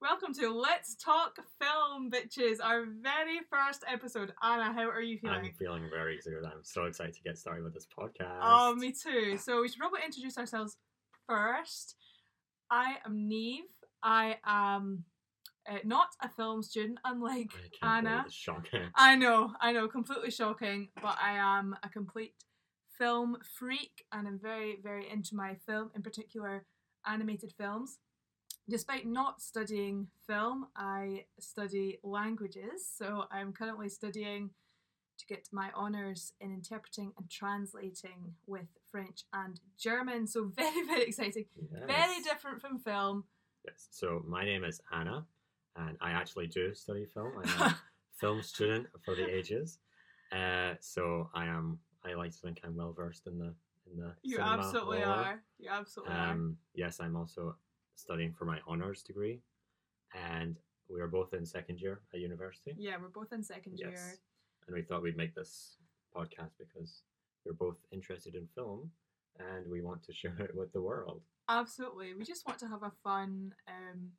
Welcome to Let's Talk Film, bitches, our very first episode. Anna, how are you I'm feeling? feeling very good. I'm so excited to get started with this podcast. Oh, me too. So we should probably introduce ourselves first. I am Neve. I am uh, not a film student, unlike I can't Anna. believe it's shocking. I know, I know, completely shocking, but I am a complete film freak and I'm very, very into my film, in particular animated films. Despite not studying film, I study languages, so I'm currently studying to get my honours in interpreting and translating with French and German, so very, very exciting. Very Yes. different from film. Yes. So my name is Anna, and I actually do study film. I'm a film student for the ages. Uh, so I am. I like to think I'm well versed in the in the. You cinema absolutely lore. are. You absolutely are. Um, yes, I'm also studying for my honors degree, and we are both in second year at university. Yeah, we're both in second Yes. year. and we thought we'd make this podcast because we're both interested in film and we want to share it with the world. Absolutely. We just want to have a fun, um,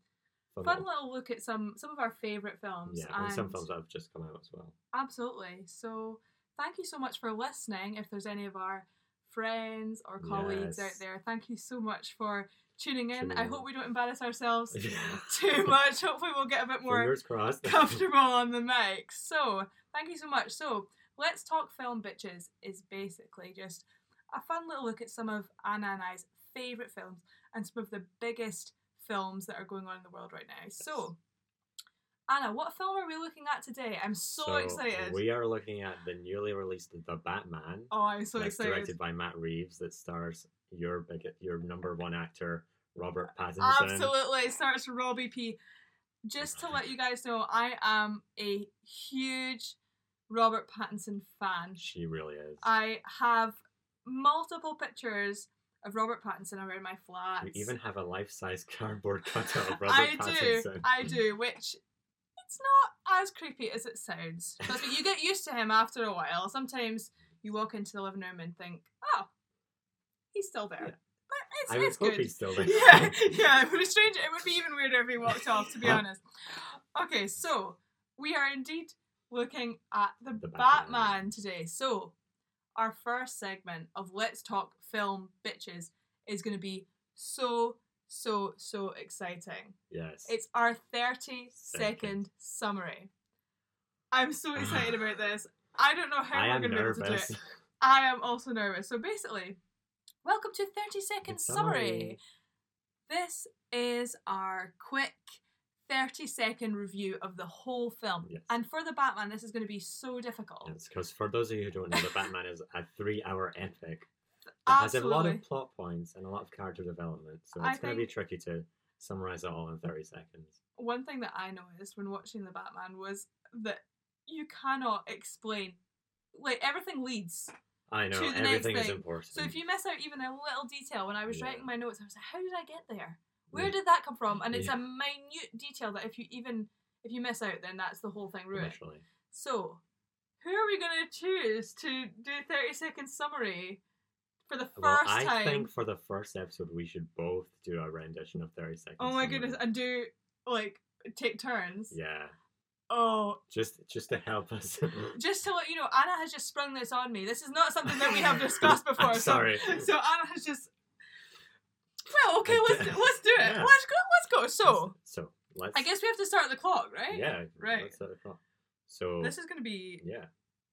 Fun fun little- little look at some some of our favourite films. yeah, and, some films that have just come out as well. Absolutely. So thank you so much for listening. If there's any of our friends or colleagues out Yes. there, thank you so much for tuning in. Tuning I in. hope we don't embarrass ourselves Yeah. too much. Hopefully, we'll get a bit more Fingers crossed. comfortable on the mic. So thank you so much. So let's talk film bitches is basically just a fun little look at some of Anna and I's favourite films and some of the biggest films that are going on in the world right now. So Anna, what film are we looking at today? I'm so, excited. We are looking at the newly released The Batman. oh, I'm so that's excited. directed by Matt Reeves that stars your big, your number one actor, Robert Pattinson. Absolutely. It starts with Robbie P. Just to let you guys know, I am a huge Robert Pattinson fan. She really is. I have multiple pictures of Robert Pattinson around my flat. you even have a life-size cardboard cutout of Robert I Pattinson. do, I do, which it's not as creepy as it sounds. Trust me, you get used to him after a while. Sometimes you walk into the living room and think, oh, he's still there. Yeah. But it's, I would it's hope good. he's still there. yeah, yeah, it would be strange. It would be even weirder if he walked off, to be honest. Okay, so we are indeed looking at the, The Batman. Batman. today. So our first segment of Let's Talk Film Bitches is going to be so, so, so exciting. Yes. It's our 30 second Second. summary. I'm so excited about this. I don't know how I we're am going to be able to do it. nervous. I am also nervous. So basically, welcome to 30 Second Good Summary. summary. This is our quick 30 second review of the whole film. Yes. And for the Batman, this is going to be so difficult. Yes, because for those of you who don't know, the Batman is a three-hour epic. It has a Absolutely. lot of plot points and a lot of character development, so I it's going to be think- summarize it all in thirty seconds. One thing that I noticed when watching the Batman was that you cannot explain. Like everything leads. I know To the next everything is thing. important. So if you miss out even a little detail, when I was Mm. Yeah. writing my notes, I was like, "How did I get there? Where Yeah. did that come from?" And it's Yeah. a minute detail that if you even if you miss out, then that's the whole thing ruined. literally, So, who are we going to choose to do thirty second summary for the first well, I time? think for the first episode we should both do a rendition of thirty seconds. oh my goodness! And do like take turns. Yeah, Oh, just just to help us. just to let you know, Anna has just sprung this on me. This is not something that we have discussed I'm before. so- sorry. So, Anna has just. Well, okay, I let's d- do, let's do it. Yeah. Let's go. Let's go. So, so let's. I guess we have to start the clock, right? Yeah. Right. let's set it up. So This is going to be Yeah.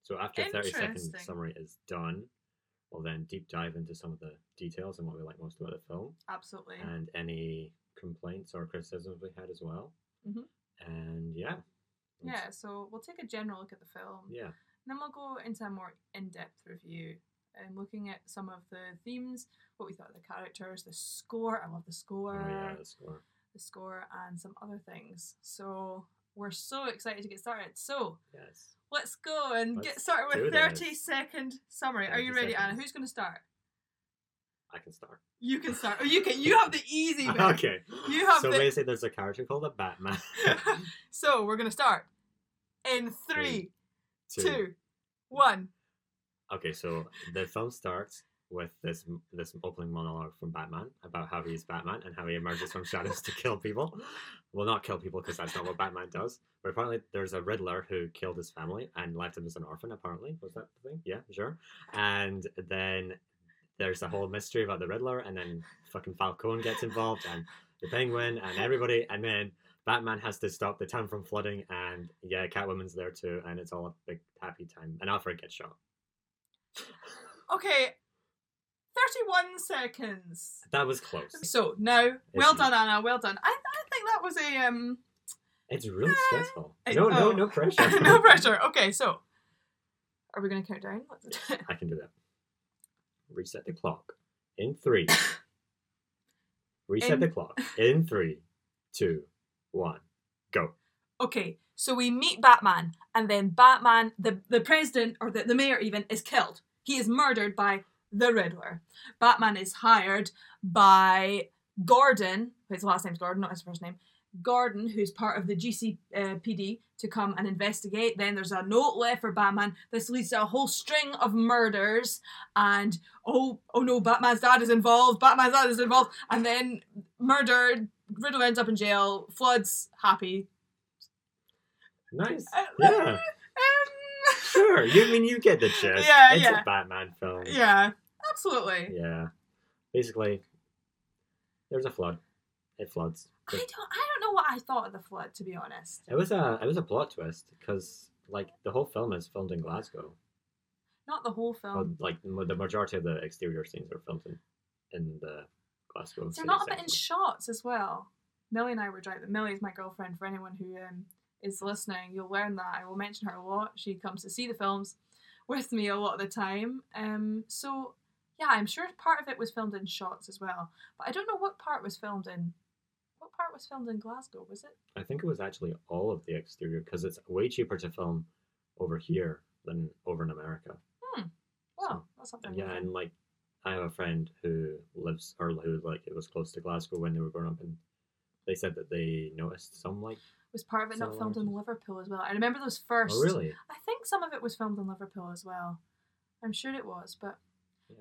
So after a 30 second Interesting. summary is done, we'll then deep dive into some of the details and what we like most about the film absolutely. and any complaints or criticisms we had as well. Mhm. And yeah. Let's- Yeah, so we'll take a general look at the film. Yeah. Then we'll go into a more in-depth review and looking at some of the themes, what we thought of the characters, the score. I love the Oh, score, yeah, the score. the score, and some other things. So we're so excited to get started. So Yes. let's go and get Let's started with do this. thirty second summary. Are you 30 ready, Anna? seconds. Who's going to start? I can start. You can start. Oh, you can. You have the easy bit. okay. You have so the- basically, there's a character called the Batman. So we're going to start in three, Two. two, one. Okay, so the film starts with this this opening monologue from Batman about how he's Batman and how he emerges from shadows to kill people. Well, not kill people because that's not what Batman does. But apparently, there's a Riddler who killed his family and left him as an orphan. Apparently, was that the thing? Yeah, sure. And then there's a whole mystery about the Riddler, and then fucking Falcone gets involved, and the Penguin, and everybody, and then. Batman has to stop the town from flooding, and yeah, Catwoman's there too, and it's all a big happy time. And Alfred gets shot. Okay. 31 seconds. That was close. So now, well Isn't it? done, Anna. Well done. I, I think that was a um It's really stressful. I- No, no, oh. no pressure. no pressure. Okay, so are we going to count down? Let's- I can do that. Reset the clock in three. Reset In- the clock in three, two, one, go. okay, so we meet Batman, and then Batman, the the president or the, the mayor even, is killed. He is murdered by the Riddler. Batman is hired by Gordon. His last name's Gordon, not his first name. Gordon, who's part of the GCPD, to come and investigate. Then there's a note left for Batman. This leads to a whole string of murders, and oh, oh no, Batman's dad is involved. Batman's dad is involved, and then murdered. Riddler ends up in jail. Floods happy. Nice. Uh, Um, Yeah, sure. You mean you get the gist? Yeah, it's yeah. a Batman film. yeah, absolutely. Yeah. Basically, there's a flood. It floods. I don't, I don't know what I thought of the flood, to be honest. It was a it was a plot twist because like the whole film is filmed in Glasgow. Not the whole film. Well, like the ma- the majority of the exterior scenes are filmed in, in the Glasgow. They're city not a bit in centre. shots as well. Millie and I were driving. Millie is my girlfriend. For anyone who um, is listening, you'll learn that I will mention her a lot. She comes to see the films with me a lot of the time. Um, so yeah, I'm sure part of it was filmed in shots as well. But I don't know what part was filmed in. What part was filmed in Glasgow? Was it? I think it was actually all of the exterior because it's way cheaper to film over here than over in America. Oh, Well, that's something. And we yeah, can- and like I have a friend who lives or who like it was close to Glasgow when they were growing up, and they said that they noticed some like was part of it not so filmed in Liverpool as well? I remember those first. oh really I think some of it was filmed in Liverpool as well. I'm sure it was, but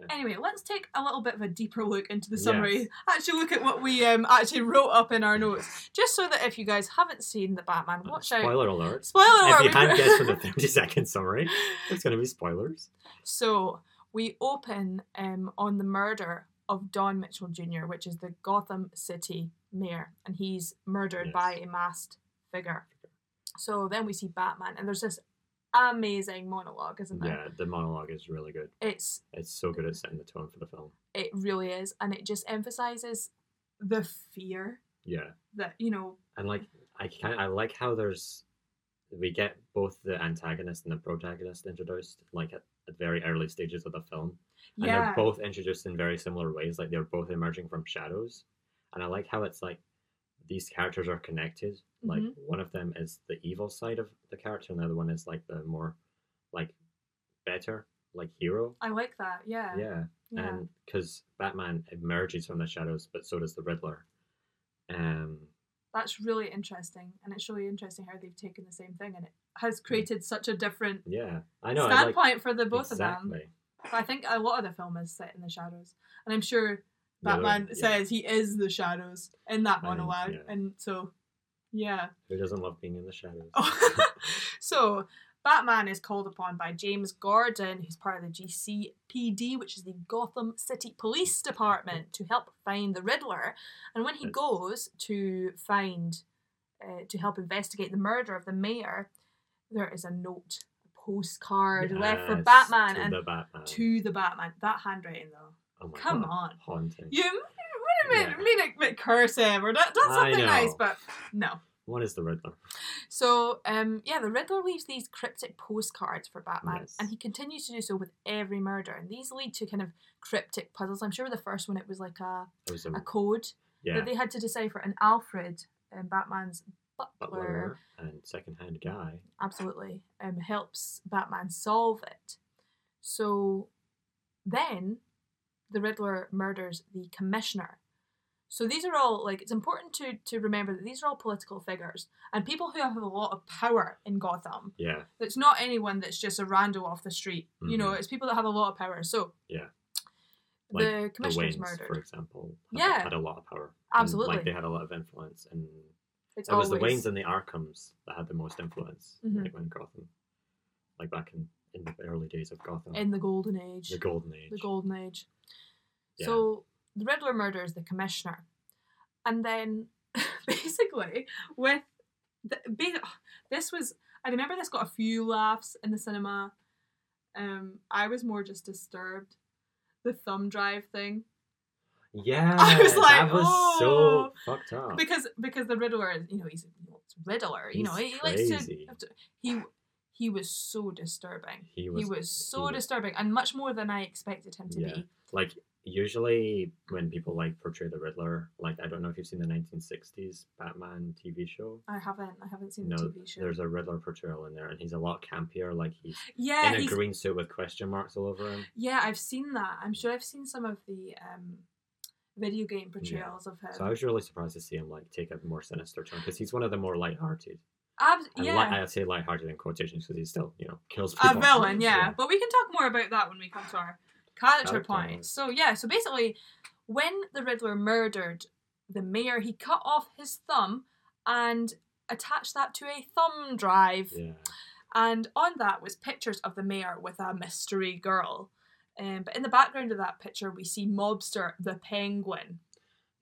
yeah. Anyway, let's take a little bit of a deeper look into the Yes. summary. Actually, look at what we um, actually wrote up in our notes, just so that if you guys haven't seen the Batman, Uh, watch out. Spoiler alert! Spoiler alert! If you we- hadn't guessed from the thirty second summary, it's gonna be spoilers. so we open um, on the murder of Don Mitchell Jr., which is the Gotham City mayor, and he's murdered Yes. by a masked figure. So then we see Batman, and there's this amazing monologue, isn't there? Yeah, the monologue is really good. It's It's so good at setting the tone for the film. it really is and it just emphasizes the fear Yeah. that you know and like I can I like how there's we get both the antagonist and the protagonist introduced like at, at very early stages of the film, and yeah they're both introduced in very similar ways. Like they're both emerging from shadows, and I like how it's like these characters are connected. Like Mhm. one of them is the evil side of the character, and the other one is like the more like better like hero. i like that yeah yeah, yeah and because Batman emerges from the shadows, but so does the Riddler. Um, that's really interesting and it's really interesting how they've taken the same thing and it has created such a different yeah, Mm. I know. I like, standpoint for the both of them exactly. but i think a lot of the film is set in the shadows and i'm sure The other batman one, yeah. says he is the shadows in that I know, monologue yeah. and so yeah Who doesn't love being in the shadows? Oh. so Batman is called upon by James Gordon, who's part of the GCPD, which is the Gotham City Police Department, to help find the Riddler. And when he Yes. goes to find, uh, to help investigate the murder of the mayor, there is a note, a postcard left for Yes, Batman to and the Batman. to the Batman. That handwriting, though. Oh my Come God, on. haunting. You would have Yeah. made, made it a bit cursive or that, I that's something know. nice, but no. What is the Riddler? So, um, yeah, the Riddler leaves these cryptic postcards for Batman, Yes. and he continues to do so with every murder. And these lead to kind of cryptic puzzles. I'm sure the first one it was like a, It was a, a code Mm. yeah, that they had to decipher. And Alfred, um, Batman's butler, butler and secondhand guy. absolutely um, helps Batman solve it. So then the Riddler murders the commissioner. So these are all like it's important to to remember that these are all political figures and people who have a lot of power in Gotham. Yeah, It's not anyone that's just a rando off the street. You know, Mhm. it's people that have a lot of power. So Yeah. Like the The commissioners Waynes, murdered. for example, had, Yeah. had a lot of power. and, Absolutely. like they had a lot of influence, and it's it always was the Waynes and the Arkhams that had the most influence. Mhm. Like when Gotham, like back in, in the early days of Gotham, in the golden age. the Golden Age. the golden age. Yeah. So the Riddler murders the commissioner, and then basically with the, ba- this was I remember this got a few laughs in the cinema. Um, I was more just disturbed. The thumb drive thing yeah, I was like, that was "Oh." so fucked up. because because the Riddler is you know he's it's Riddler you know He's he likes crazy. to he he was so disturbing he he was, was, so was- disturbing and much more than I expected him to Yeah. be like usually when people like portray the Riddler, like I don't know if you've seen the 1960s Batman TV show. I haven't I haven't seen No, the TV show there's a Riddler portrayal in there, and he's a lot campier. Like he's yeah in a he's green suit with question marks all over him. Yeah, I've seen that. I'm sure I've seen some of the um, video game portrayals of him. So I was really surprised to see him like take a more sinister turn because he's one of the more light-hearted. Abs- And yeah, li- I say light-hearted in quotations because he still, you know, kills a people. villain. Yeah. but we can talk more about that when we come to our character Character. point. So yeah, so basically, when the Riddler murdered the mayor, he cut off his thumb and attached that to a thumb drive, Yeah. and on that was pictures of the mayor with a mystery girl. Um, but in the background of that picture, we see mobster the Penguin.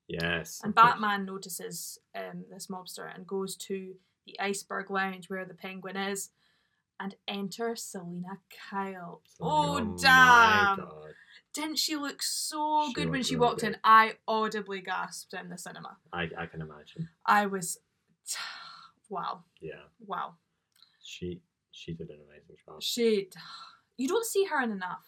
Yes. And of course. Batman notices um, this mobster and goes to the iceberg lounge where the penguin is and enters Selena Kyle. So, Oh, my damn! God. Didn't she look so She good when looked she really walked in? good. I audibly gasped in the cinema. I, I can imagine. I was. wow. Yeah. Wow. She she did an amazing job. She. You don't see her in enough.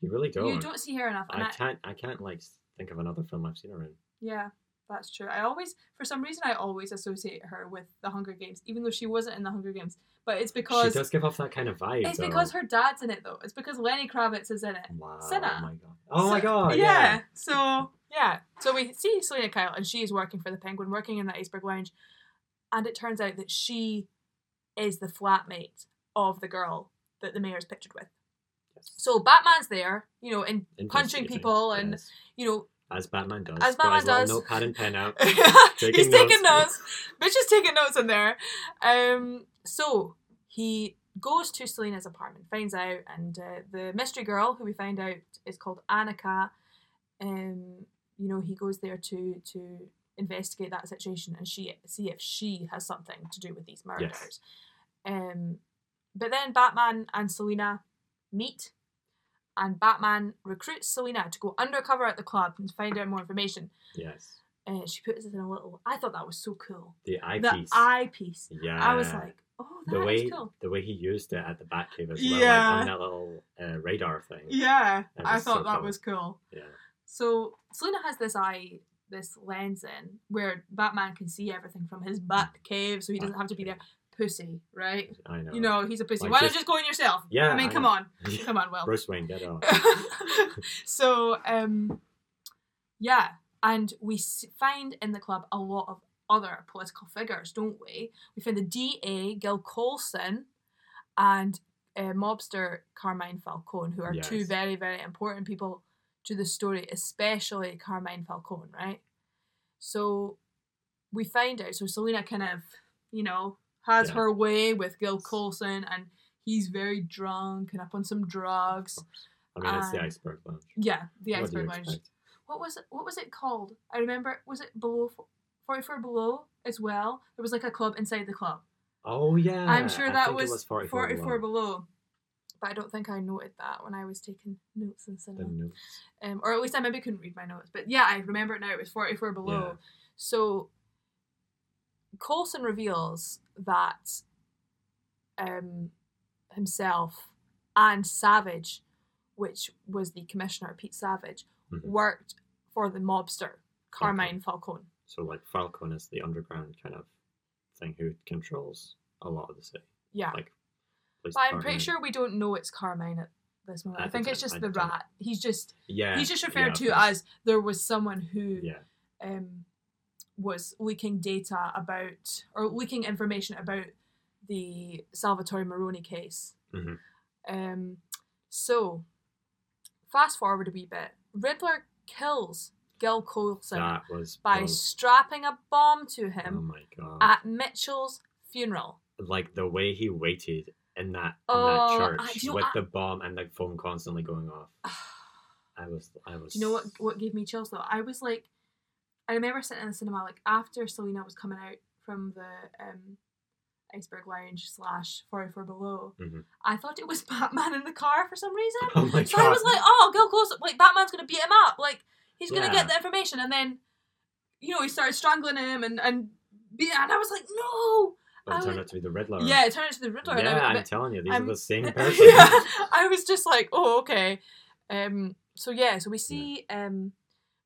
You really don't. You don't see her enough. And I I, can't. I can't like s- think of another film I've seen her in. yeah, that's true. I always, for some reason, I always associate her with the Hunger Games, even though she wasn't in the Hunger Games. But it's because she does give off that kind of vibe. It's though. because her dad's in it though. It's because Lenny Kravitz is in it. Wow. Senna. Oh my god. Oh my So- god. yeah. Yeah. So yeah. So we see Selena Kyle and she is working for the Penguin, working in the iceberg lounge, and it turns out that she is the flatmate of the girl that the mayor's pictured with. So Batman's there, you know, and punching Investigating, people and yes. you know as Batman does. as got Batman his little does. Notepad and pen out. he's Taking taking notes. notes. Bitch is taking notes in there. Um, so he goes to Selena's apartment, finds out, and uh, the mystery girl who we find out is called Annika. Um, you know, he goes there to to investigate that situation and she see if she has something to do with these murders. Um, but then Batman and Selena meet. And Batman recruits Selena to go undercover at the club and find out more information yes. uh, she puts it in a little. I thought that was so cool. The the eyepiece. eyepiece. yeah. I was like, oh, that the is way cool. the way he used it at the Batcave as well, Yeah. like on that little uh, radar thing. Yeah, That I was thought so that cool. was cool. Yeah. So Selena has this eye, this lens in where Batman can see everything from his bat cave, so he doesn't have to be there. Pussy, right? I know. You know, he's a pussy. Like Why not just- just go in yourself? Yeah, I mean, I come know. on, come on, Will. Bruce Wayne, get off. so um yeah and we s- find in the club a lot of other political figures don't we we find the da gil colson and uh, mobster carmine falcone who are two Yes. very very important people to the story especially carmine falcone right so we find out so selena kind of you know has Yeah. her way with gil colson and he's very drunk and up on some drugs I mean, it's the Um, iceberg lounge. yeah, the What do you iceberg lounge. expect? What was it? What was it called? I remember. Was it below F- forty four below as well? There was like a club inside the club. Oh yeah. I'm sure I that think it was, was 44, 44 below. below. But I don't think I noted that when I was taking notes in The cinema, notes. um, or at least I maybe couldn't read my notes. But yeah, I remember it now. It was forty four below. Yeah. So Colson reveals that um, himself and Savage, which was the commissioner Pete Savage, Mhm. worked for the mobster Carmine Falcone. So like Falcon is the underground kind of thing who controls a lot of the city. Yeah, Like police but I'm pretty department. sure we don't know it's Carmine at this moment. I At the think it's time, just I the don't- rat. He's just Yeah. he's just yeah, referred of to course. as there was someone who Yeah. um, was leaking data about or leaking information about the Salvatore Moroni case. Mhm. Um, so, fast forward a wee bit. Riddler kills Gil Coulson That was by Uh, brilliant. strapping a bomb to Oh him my god! at Mitchell's funeral. like the way he waited in that Oh, in that I- church you know, with I- the bomb and the phone constantly going off. I was, I was. Do you know what what gave me chills though? I was like, I remember sitting in the cinema like after Selena was coming out from the um, Iceberg Lounge slash Forty Four Below. Mhm. I thought it was Batman in the car for some reason. Oh my So god! I was like, oh, Gil Coulson, like Batman's gonna beat him up, like he's gonna Yeah. get the information, and then, you know, he started strangling him and and be, and I was like, no, But it I turned was- out to be the Riddler. yeah, it turned into the Riddler. and I- Yeah, I'm but- telling you, these I'm- are the same person. yeah, I was just like, oh, okay. Um, so yeah, so we see um,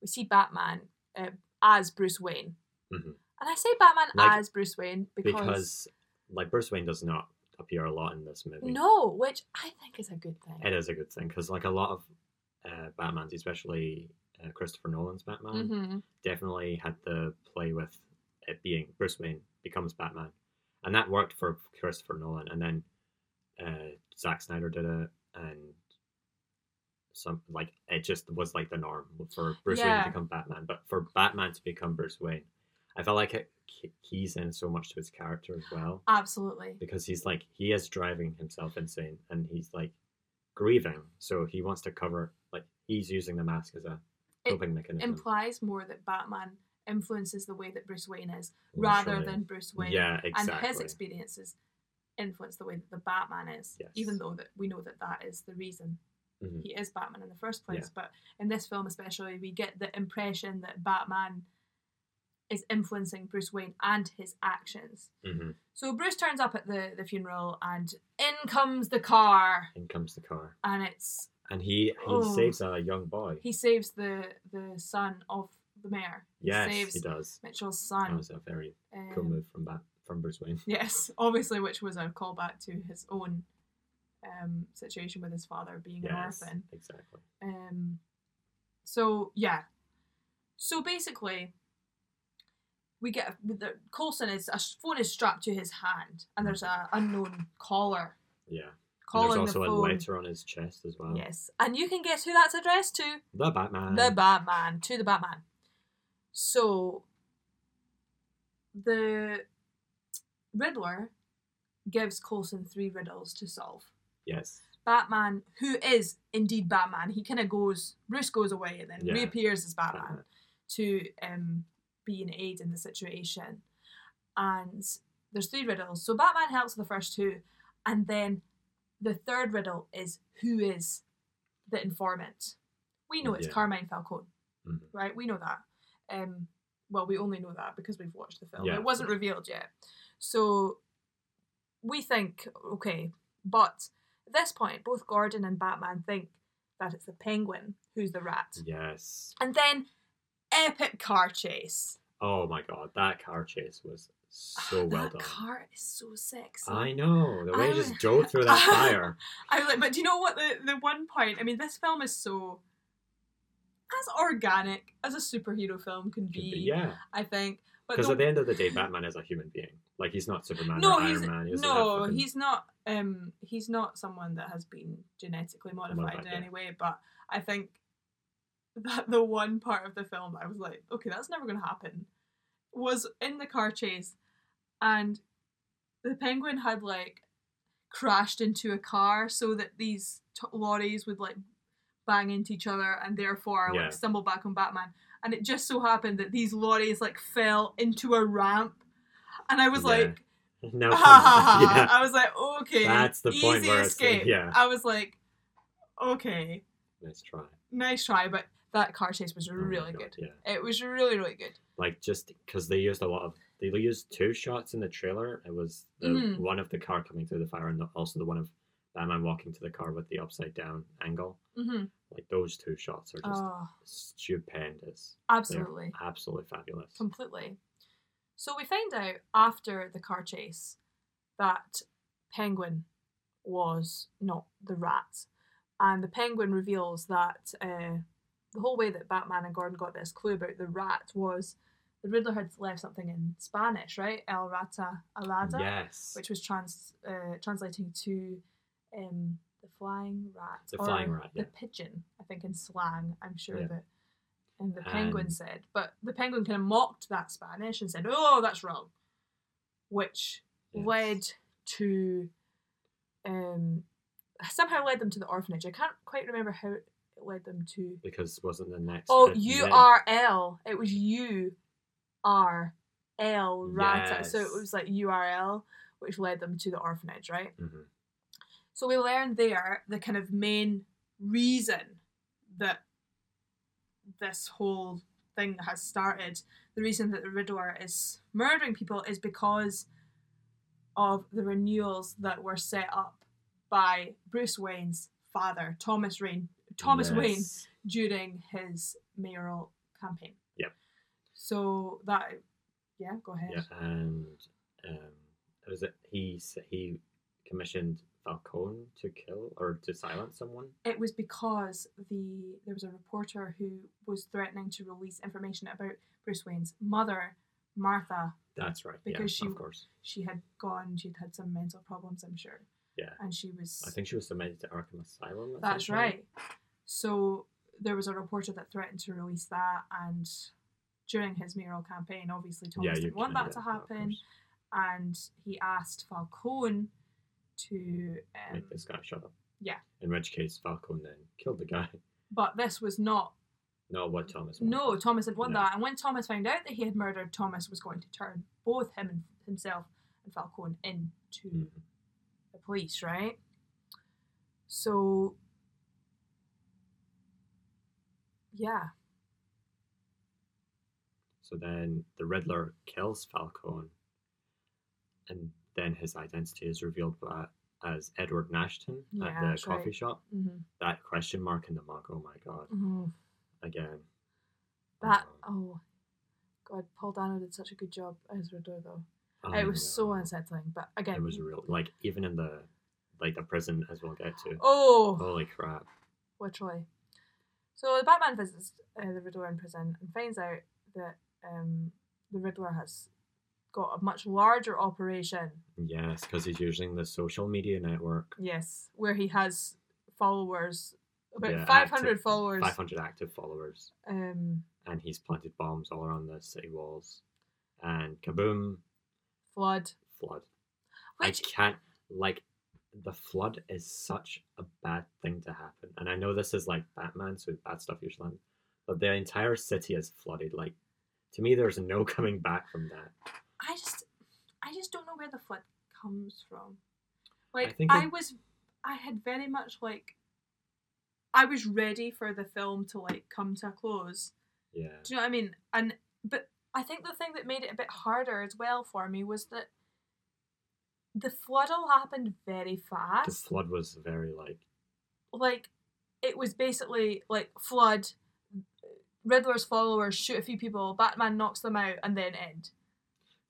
we see Batman uh, as Bruce Wayne, Mhm. and I say Batman Like- as Bruce Wayne because, because like Bruce Wayne does not appear a lot in this movie. no, which I think is a good thing. It is a good thing because like a lot of uh, Batman's, especially uh, Christopher Nolan's Batman, hmm definitely had the play with it being Bruce Wayne becomes Batman, and that worked for Christopher Nolan. And then uh, Zack Snyder did it, and some like it just was like the norm for Bruce Wayne Yeah. to become Batman. But for Batman to become Bruce Wayne, I felt like it ke- keys in so much to his character as well Absolutely. because he's like he is driving himself insane and he's like grieving, so he wants to cover like he's using the mask as a It coping mechanism. implies more that Batman influences the way that Bruce Wayne is rather literally. than Bruce Wayne. Yeah, exactly. And his experiences influence the way that the Batman is, Yes. even though that we know that that is the reason Mhm. he is Batman in the first place. But in this film, especially, we get the impression that Batman is influencing Bruce Wayne and his actions. Mhm. So Bruce turns up at the, the funeral, and in comes the car, In comes the car, and it's and he he Oh. saves a young boy. he saves the the son of the mayor. yes, he saves he does. Mitchell's That son. was a very cool Um, move from that from Bruce Wayne. yes, obviously, which was a callback to his own um, situation with his father being an Yes, orphan. exactly. Um, so yeah, so basically, we get the Colson is a phone is strapped to his hand, and there's a unknown caller Yeah. And calling there's also the a phone. letter on his chest as well. Yes, and you can guess who that's addressed to. The Batman. the Batman to the Batman. So the Riddler gives Coulson three riddles to solve. yes. Batman, who is indeed Batman, he kind of goes, Bruce goes away and then Yeah. reappears as Batman Batman. to um, be an aid in the situation. And there's three riddles. So Batman helps with the first two, and then the third riddle is who is the informant? We know it's Yeah. Carmine Falcone, Mhm. right? We know that. Um, well, we only know that because we've watched the film. Yeah, it wasn't revealed yet. So we think, okay, but at this point, both Gordon and Batman think that it's the penguin who's the rat. Yes. And then epic car chase. Ah, Oh my god, that car chase was so well that done. car is so Ah. sexy. I know. The I way he just was- drove through that fire. I was like, but do you know what the, the one point? I mean, this film is so as organic as a superhero film can Could be. be- yeah. I think. But Because the- at the end of the day, Batman is a human being. Like he's not Superman no, or he's Iron Man. He doesn't have no, fucking- he's not. Um, he's not someone that has been genetically modified Modified, in yeah. any way. But I think that the one part of the film I was like, okay, that's never going to happen, was in the car chase, and the penguin had like crashed into a car so that these t- lorries would like bang into each other and therefore Yeah. like stumble back on Batman. And it just so happened that these lorries like fell into a ramp, and I was Yeah. like. no. Ha, ha, ha, ha. yeah. I was like, okay, That's the easy point where it's- escape. yeah. I was like, okay, Nice try. nice try, but that car chase was Oh my really God, good. Yeah. It was really, really good. like just because they used a lot of they used two shots in the trailer. It was the Mhm. one of the car coming through the fire, and the, also the one of Batman walking to the car with the upside down angle. hmm Like those two shots are just Oh, stupendous, absolutely, absolutely fabulous. completely. So we find out after the car chase that Penguin was not the rat, and the Penguin reveals that uh, the whole way that Batman and Gordon got this clue about the rat was the Riddler had left something in Spanish, right? El Rata Alada, yes, which was trans uh, translating to um, the flying rat. The or flying rat, yeah. The pigeon, I think, in slang, I'm sure Yeah. that. And the penguin And- said, but the penguin kind of mocked that Spanish and said, "Oh, that's wrong," which Yes. led to um somehow led them to the orphanage. I can't quite remember how it led them to. because wasn't the next. Oh, bit U then- R L. It was U R L Rata. So it Yes. was like URL, which led them to the orphanage, right? Mhm. So we learned there the kind of main reason that this whole thing has started. The reason that the Riddler is murdering people is because of the renewals that were set up by Bruce Wayne's father, Thomas Wayne. Thomas Wayne Yes. during his mayoral campaign. Yep. So that, yeah, go ahead. Yeah, and um, was it he s- he commissioned Falcone to kill or to silence someone? It was because the there was a reporter who was threatening to release information about Bruce Wayne's mother, Martha. That's right. Because yeah, she- of course. She had gone. She'd had some mental problems, I'm sure. Yeah. And she was. I think she was submitted to Arkham Asylum. at some That's point. right. So there was a reporter that threatened to release that, and during his mayoral campaign, obviously Thomas Yeah, you didn't want can- that to yeah, of happen, course. and he asked Falcone to. Um, Make this guy shut up. yeah. In which case, Falcone then killed the guy. but this was not. No, what Thomas? wanted. No, Thomas had won No. that, and when Thomas found out that he had murdered, Thomas was going to turn both him and himself and Falcone into Mhm. the police, right? So, yeah. So then the Riddler kills Falcone, and then his identity is revealed by, as Edward Nashton Yeah, at the that's right. coffee shop. hmm That question mark in the mug. Oh my god! Mm, Again. that Um, oh god, Paul Dano did such a good job as Riddler though. Um, I it was so know. unsettling, but again, It was real. Like even in the like the prison as we'll get to. oh, Holy crap! literally. So the Batman visits uh, the Riddler in prison and finds out that um, the Riddler has got a much larger operation. Yes, because he's using the social media network. Yes, where he has followers, about Yeah, five hundred active- followers. 500 active followers, Um, and he's planted bombs all around the city walls, and kaboom, flood. flood. Which I can't like the flood is such a bad thing to happen. And I know this is like Batman, so bad stuff usually happens, but the entire city is flooded. Like to me there's no coming back from that. I just I just don't know where the flood comes from. Like I, think it- was I had very much like I was ready for the film to like come to a close. Yeah. Do you know what I mean? And but I think the thing that made it a bit harder as well for me was that the flood all happened very The fast. flood was very like Like it was basically like flood Riddler's followers shoot a few people, Batman knocks them out, and then end.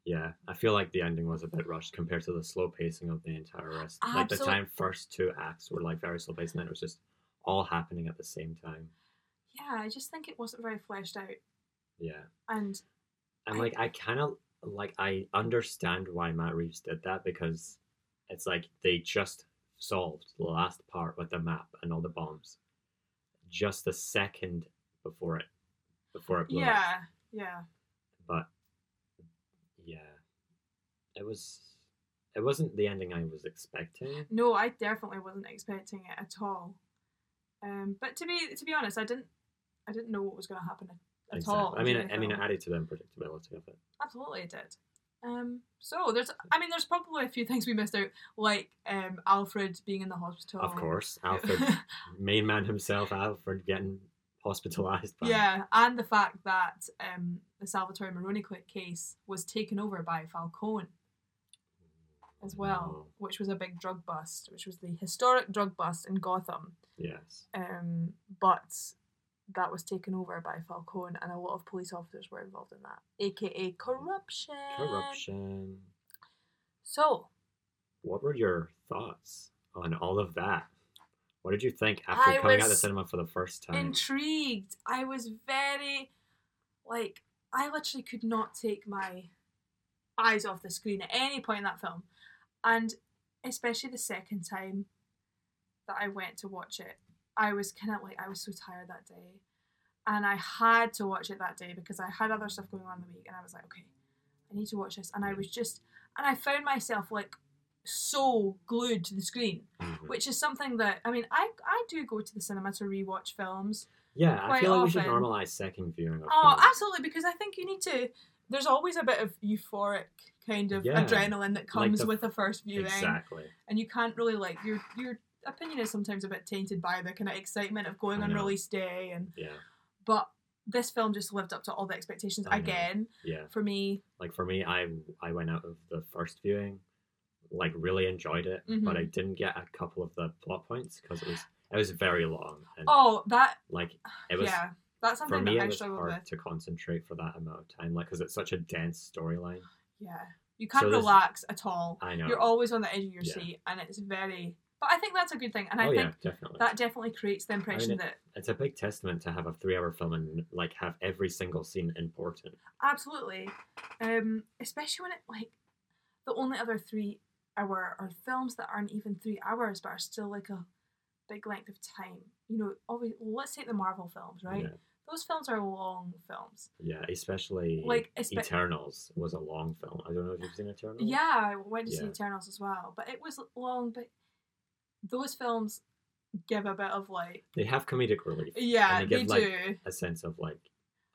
yeah, I feel like the ending was a bit rushed compared to the slow pacing of the entire rest. Like the Absolute- time first two acts were like very slow paced, and then it was just all happening at the same time. Yeah, I just think it wasn't very fleshed out. Yeah. And And I- like I kind of like I understand why Matt Reeves did that because it's like they just solved the last part with the map and all the bombs just a second before it before it blew up. Yeah, yeah. But yeah, it was it wasn't the ending I was expecting. No, I definitely wasn't expecting it at all. Um, but to be to be honest, I didn't I didn't know what was going to happen at, at all. I mean, during it, the I mean, it film. added to the unpredictability of it. absolutely it did. Um, so there's I mean, there's probably a few things we missed out, like um, Alfred being in the hospital. Of course, Alfred, main man himself, Alfred getting hospitalized. By, yeah, and the fact that um, the Salvatore Maroni cl- case was taken over by Falcone. As well, No. which was a big drug bust, which was the historic drug bust in Gotham. Yes. um, but that was taken over by Falcone, and a lot of police officers were involved in that, aka corruption. Corruption. So What were your thoughts on all of that? What did you think after I coming out of the was cinema for the first time? intrigued, I was very, like, I literally could not take my eyes off the screen at any point in that film, and especially the second time that I went to watch it, I was kind of like, I was so tired that day. And I had to watch it that day because I had other stuff going on in the week. And I was like, okay, I need to watch this. And I was just, and I found myself like so glued to the screen, Mhm. which is something that, I mean, I, I do go to the cinema to rewatch films. Yeah, I quite feel like we should often. normalize second viewing. Of Oh, films. absolutely, because I think you need to. There's always a bit of euphoric kind of Yeah. adrenaline that comes the- with the first viewing, Exactly. and you can't really like your your opinion is sometimes a bit tainted by the kind of excitement of going I on know. release day, and Yeah, but this film just lived up to all the expectations I know. again yeah. for me. Like for me, I I went out of the first viewing, like really enjoyed it, but Mm-hmm. I didn't get a couple of the plot points because it was it was very long and Oh, that like it was yeah, that's for something me that it I was struggled hard with. to concentrate for that amount of time, like because it's such a dense storyline. Yeah, you can't there's- relax at all. I know. You're always on the edge of your Yeah. seat, and it's very. But I think that's a good thing, and I oh think yeah, definitely. that definitely creates the impression it- that It's a big testament to have a three-hour film and like have every single scene important. Absolutely. Um, especially when it like the only other three hour or films that aren't even three hours but are still like a big length of time. You know, always let's take the Marvel films, right? Yeah. Those films are long films. Yeah, especially Like espe- Eternals was a long film. I don't know if you've seen Eternals. yeah, I went to see Yeah. Eternals as well, but it was long. But those films give a bit of like, They have comedic relief. yeah, And they, they give, like, do. A sense of like,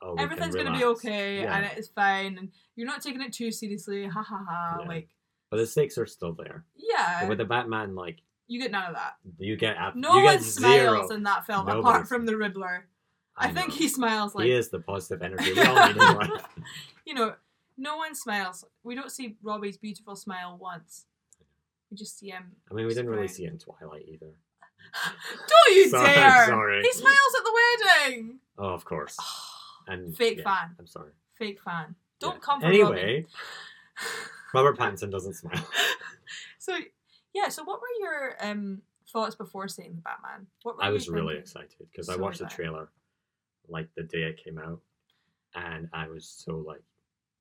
oh, we can Everything's gonna be relax. okay, Yeah. and it is fine, and you're not taking it too seriously. Ha ha ha! Yeah. Like, But the stakes are still there. But yeah, with the Batman, like you get none of that. you get ab- No you one get zero. smiles in that film Nobody apart smiles. from the Riddler. I, think know. he smiles like he is the positive energy we all need in life. you know, no one smiles. We don't see Robbie's beautiful smile once. We just see him. I mean, we didn't really Smiling. see it in Twilight either. Don't you Sorry, dare! sorry. He smiles at the wedding. Oh, of course. And Fake yeah, fan. I'm sorry. Fake fan. Don't Yeah. come for Robbie. Anyway, Robert Pattinson doesn't smile. So yeah. So what were your um thoughts before seeing the Batman? What were I you was really thinking? excited because I So watched the was I. trailer like the day it came out, and I was so like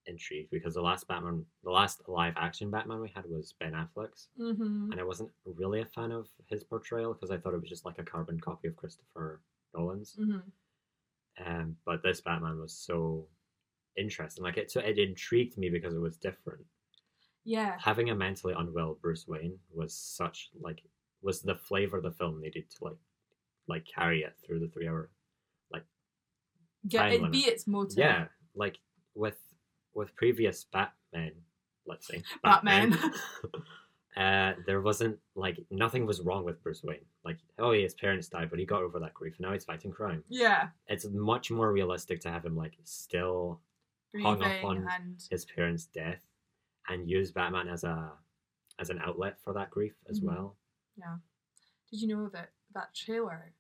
intrigued because the last Batman, the last live action Batman we had was Ben Affleck's, Mhm. and I wasn't really a fan of his portrayal because I thought it was just like a carbon copy of Christopher Nolan's. Mhm. Um, but this Batman was so interesting, like it so it intrigued me because it was different. Yeah. Having a mentally unwell Bruce Wayne was such like was the flavor the film needed to like like carry it through the three hour Get, Time it limit. be its motive. Yeah, like with with previous Batman, let's say Batman. uh, there wasn't like nothing was wrong with Bruce Wayne. Like, oh, yeah, his parents died, but he got over that grief. and Now he's fighting crime. Yeah. It's much more realistic to have him like still Hung up Grieving on- and his parents' death, and use Batman as a as an outlet for that grief as Mhm. well. Did you know that that trailer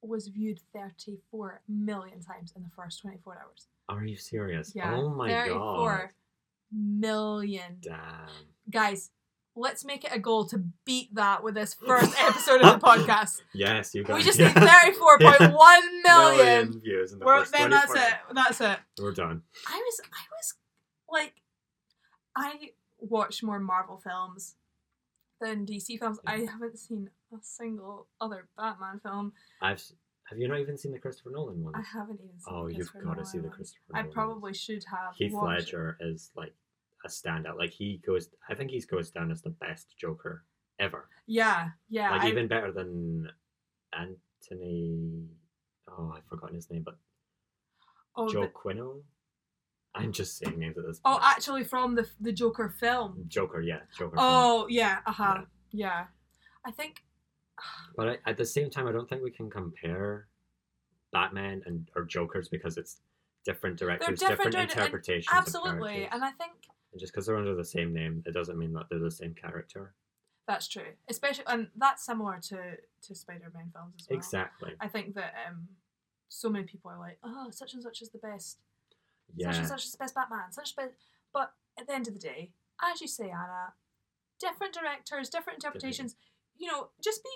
was viewed 34 million times in the first 24 hours? Are you serious? Yeah, oh my god! million. Damn. Guys, let's make it a goal to beat that with this first episode of the podcast. Yes, you guys. We just need 34.1 million. views in the We're, first then that's 24 it. That's it. We're done. I was I was like I watch more Marvel films than DC films. I haven't seen a single other Batman film. I've s- have you not even seen the Christopher Nolan one? I haven't even seen oh, the you've Christopher got to see the Nolan one. Christopher. I Nolan probably ones. should have. Heath watched it. Ledger is like a standout. Like he goes, I think he goes down as the best Joker ever. Yeah, yeah. like I, even better than Anthony. Oh, I've forgotten his name, but oh, Joe the- Quino. I'm just saying names at this oh, point. actually, from the the Joker film. Joker, yeah, Joker. from- Oh, yeah. Uh huh. Yeah. I think. But I, at the same time, I don't think we can compare Batman and or Jokers because it's different directors, different different, direct- and- interpretations. of Absolutely, characters. and I think And just because they're under the same name, it doesn't mean that they're the same character. that's true. Especially, and that's similar to to Spider-Man films as well. Exactly. I think that um, so many people are like, oh, such and such is the best. Such Yeah. and such is the best Batman. Such best. But at the end of the day, as you say, Anna, different directors, different interpretations. You know, just be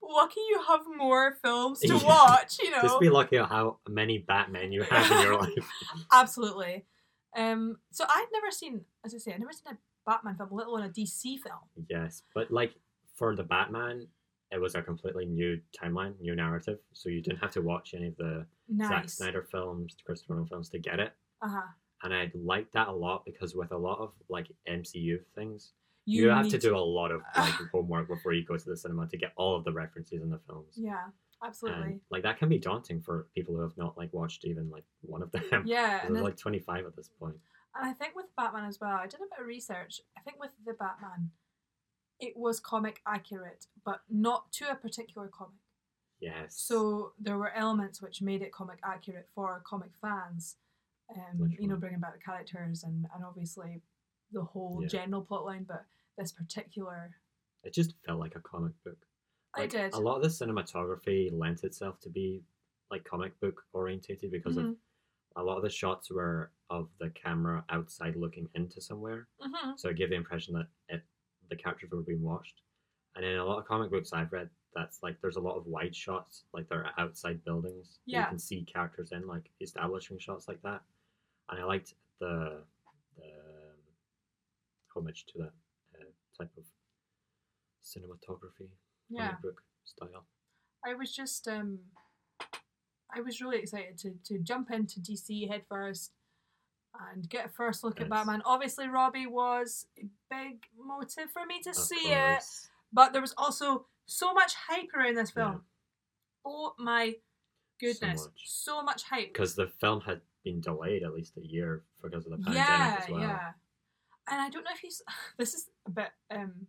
lucky you have more films to Yeah. watch. You know, Just be lucky at how many Batman you have in your life. absolutely. Um, so I'd never seen, as I say, I've never seen a Batman film, let alone a DC film. Yes, but like for the Batman, it was a completely new timeline, new narrative. So you didn't have to watch any of the Zack Nice. Snyder films, Christopher Nolan films to get it. Uh huh. And I liked that a lot because with a lot of like MCU things, You, you, have to need- do a lot of like homework before you go to the cinema to get all of the references in the films. Yeah, absolutely. And like that can be daunting for people who have not like watched even like one of them. yeah, and There's then- like 25 at this point. And I think with Batman as well, I did a bit of research. I think with the Batman, it was comic accurate, but not to a particular comic. Yes. So there were elements which made it comic accurate for comic fans. Um, you know, Literally. bringing back the characters and, and obviously the whole Yeah. general plot line, but this particular. it just felt like a comic book. I Like, did. A lot of the cinematography lent itself to be like comic book orientated because of Mhm. a lot of the shots were of the camera outside looking into somewhere. hmm So it gave the impression that it, the characters were being watched. And in a lot of comic books I've read, that's like there's a lot of wide shots, like they're at outside buildings. that Yeah. You can see characters in like establishing shots like that. And I liked the the um, homage to that uh, type of cinematography, Yeah. comic book style. I was just um, I was really excited to to jump into DC headfirst and get a first look at Yes. Batman. Obviously, Robbie was a big motive for me to Of see it, course. but there was also so much hype around this film. Oh my goodness, much. so much, hype! Because the film had been delayed at least a year because of the pandemic Yeah, as well. yeah. And I don't know if you. s- This is a bit um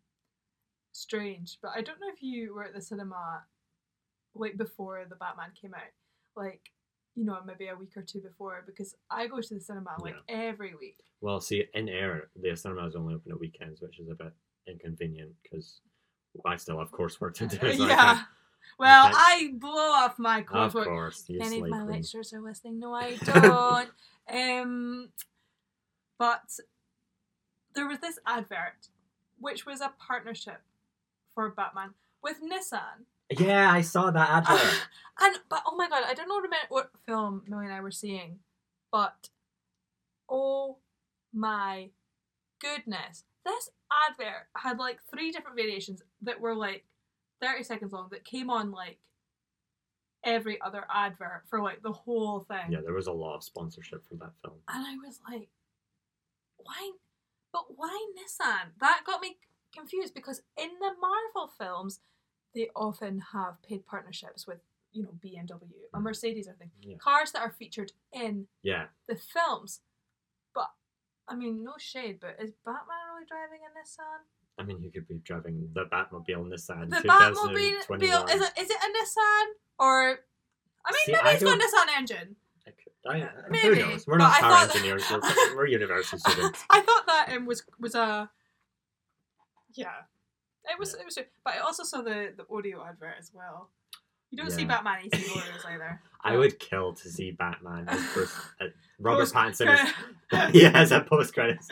strange, but I don't know if you were at the cinema like before the Batman came out, like you know maybe a week or two before, because I go to the cinema like every week. Well, see, in air, the cinema is only open at weekends, which is a bit inconvenient because I still have coursework to do. so I yeah. can't- Well, Okay. I blow off my of coursework. course. You If Any of sleep my and- lecturers are listening. No, I don't. um, but there was this advert, which was a partnership for Batman with Nissan. Yeah, I saw that advert. Uh, and but oh my god, I don't know remember what film Millie and I were seeing, but oh my goodness, this advert had like three different variations that were like thirty seconds long that came on like every other advert for like the whole thing, yeah, there was a lot of sponsorship for that film. and I was like, why? But why Nissan? That got me confused because in the Marvel films, they often have paid partnerships with you know BMW or Mhm. Mercedes or things Yeah. cars that are featured in Yeah. the films. But I mean, no shade, but is Batman really driving a Nissan? I mean, you could be driving the Batmobile Nissan The Batmobile 2021. Beale- is it, is it a Nissan or? I mean, See, maybe I it's got a Nissan engine. I could- I- Uh, who maybe, knows? We're but not I car thought that- engineers. We're, we're university students. I thought that um, was was a yeah. It was it was, but I also saw the the audio advert as well. You don't see Yeah. Batman eating Oreos either. I would kill to see Batman as Bruce, uh, Robert Post- Pattinson. As, yeah, as a post credits.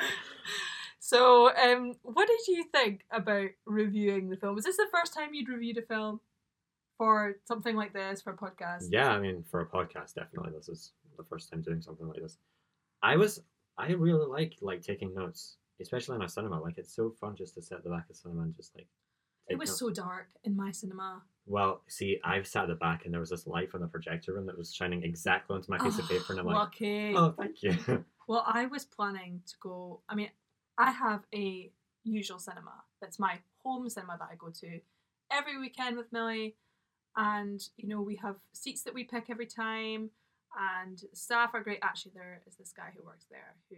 So, um, what did you think about reviewing the film? Is this the first time you'd reviewed a film for something like this for a podcast? Yeah, I mean, for a podcast, definitely this is the first time doing something like this. I was, I really like like taking notes, especially in a cinema. Like it's so fun just to sit at the back of cinema and just like. It take was notes. so dark in my cinema. Well, see, I've sat at the back and there was this light from the projector room that was shining exactly onto my piece of Oh, paper, and I'm like, lucky. oh, thank you. Well, I was planning to go. I mean, I have a usual cinema that's my home cinema that I go to every weekend with Millie, and you know we have seats that we pick every time, and staff are great. Actually, there is this guy who works there who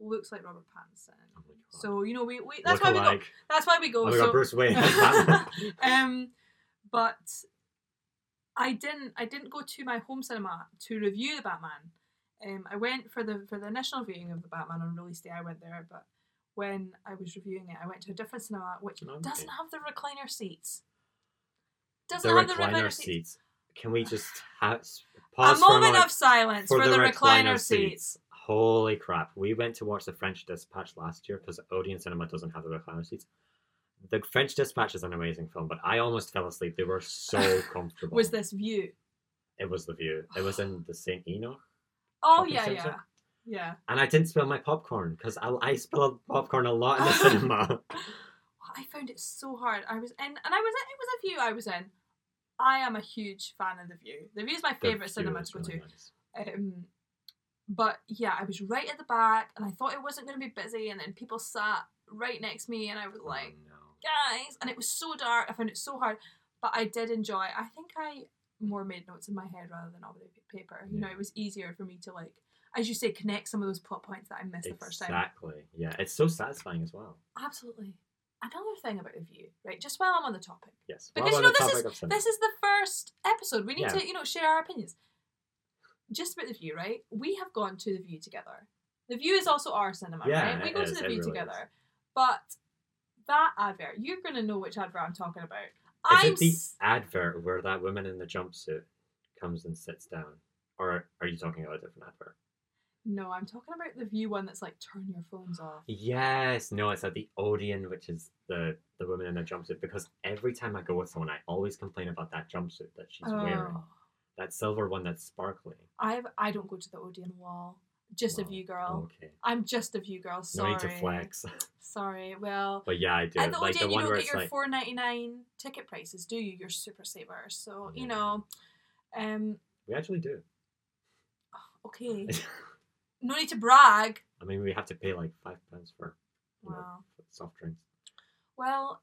looks like Robert Pattinson. Oh my God. So you know we, we that's Look why we go. alike. That's why we go. Oh my so God, Bruce Wayne. as Batman. um, but I didn't. I didn't go to my home cinema to review the Batman. Um, I went for the for the initial viewing of the Batman on release day. I went there, but when I was reviewing it, I went to a different cinema which Okay. doesn't have the recliner seats. the Doesn't have the recliner recliner seats. seats. Can we just A have, pause for a moment moment? of silence for, the, recliner, seats. Holy crap. We went to watch the French Dispatch last year because Odeon Cinema doesn't have the recliner seats. The French Dispatch is an amazing film, but I almost fell asleep. They were so comfortable. Was this view? It was the view. It was in the St. Enoch. Oh Shopping yeah, yeah, centre? yeah. And I didn't spill my popcorn because I, I spilled popcorn a lot in the cinema. Well, I found it so hard. I was in, and I was in, it was a view I was in. I am a huge fan of the view. The view is my The favorite cinema view to is go really to. nice. Um, but yeah, I was right at the back, and I thought it wasn't going to be busy, and then people sat right next to me, and I was Oh, like, no. guys, and it was so dark. I found it so hard, but I did enjoy. it. I think I more made notes in my head rather than on the paper. You know, Yeah. it was easier for me to like, as you say, connect some of those plot points that I missed the first time. Exactly. Yeah, it's so satisfying as well. Absolutely. Another thing about the view, right? Just while I'm on the topic, Yes. Because, about you know, the this topic of cinema? this is the first episode. We need Yeah. to, you know, share our opinions. Just about the view, right? We have gone to the view together. The view is also our cinema, Yeah, right? We it go is, to the it view really together. is. But that advert, you're gonna know which advert I'm talking about. Is I'm it the s- advert where that woman in the jumpsuit comes and sits down? Or are you talking about a different advert? no, I'm talking about the view one that's like turn your phones off. Yes, no, it's at the Odeon, which is the, the woman in the jumpsuit, because every time I go with someone, I always complain about that jumpsuit that she's wearing. Oh. That silver one that's sparkly. I've I don't go to the Odeon wall. Just a Wow, view girl. Okay. I'm just a view girl. oh. No Sorry. need to flex. Sorry. Well, But yeah, I do. At the like the Odeon, you one don't where get it's your like, four ninety nine ticket prices, do you? You're super saver. So you Yeah. know, um, we actually do. okay, no need to brag. I mean, we have to pay like five pounds for you know, Wow. for soft drinks. Well,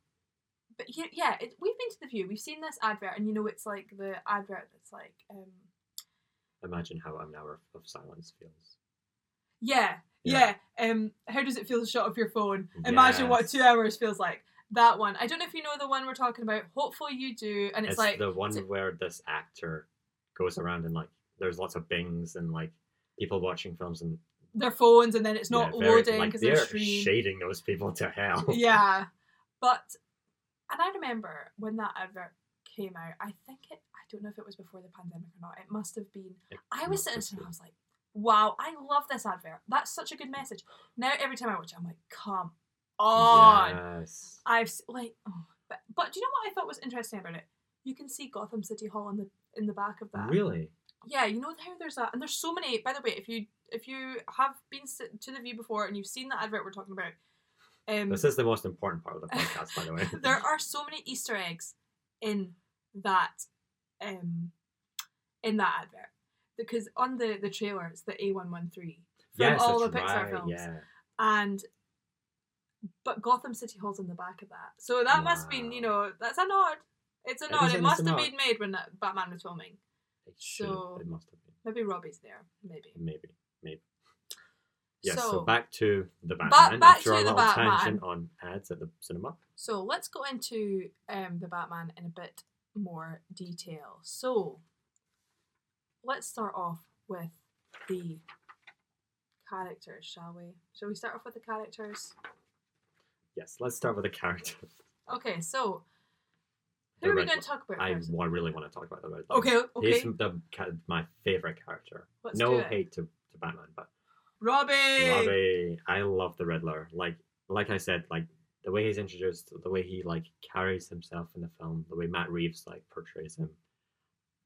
but here, yeah, it, we've been to the View. We've seen this advert, and you know, it's like the advert that's like, um, Imagine how an hour of silence feels. yeah, yeah. Yeah. Um, how does it feel to shut off your phone? Imagine what two hours feels like. That one. I don't know if you know the one we're talking about. Hopefully you do. And it's, It's, like the one it's a- where this actor goes around and like there's lots of bings and like people watching films and their phones, and then it's not yeah, very- loading like, because they're they're streaming. shading those people to hell. yeah, but and I remember when that advert came out. I think it. I don't know if it was before the pandemic or not. It must have been. It I was must sitting have there and I been. was like, "Wow, I love this advert. That's such a good message." Now every time I watch it, I'm like, "Come on!" Yes. I've s- like, oh. but but do you know what I thought was interesting about it? You can see Gotham City Hall in the in the back of that. Really? Yeah, you know how there's that, and there's so many. By the way, if you if you have been s- to the view before and you've seen the advert we're talking about, um, This is the most important part of the podcast, by the way. there are so many Easter eggs in that um in that advert because on the the trailer it's the A113 from yes, all the that's Pixar right, films Yeah. and but Gotham City Hall's in the back of that so that must have been you Wow. know that's a nod it's a It nod is- it, it is must a have nod. been made when that Batman was filming It should have- So- it must have been. maybe Robbie's there maybe Maybe. Maybe. Yes, so, So- back to the Ba- Batman back after to a the little Batman. tangent on ads at the cinema. so let's go into um the Batman in a bit more detail so let's start off with the characters, shall we? Shall we start off with the characters? Yes, let's start with the characters. Okay, so The who are we Red going Hood. to talk about I first? wa- really want to talk about the Red Hood. Okay, okay. He's the, ca- my favorite character. Let's do no it. hate to, to Batman, but Robbie. Robbie, I love the Riddler. Like like I said, like the way he's introduced, the way he like carries himself in the film, the way Matt Reeves like portrays him,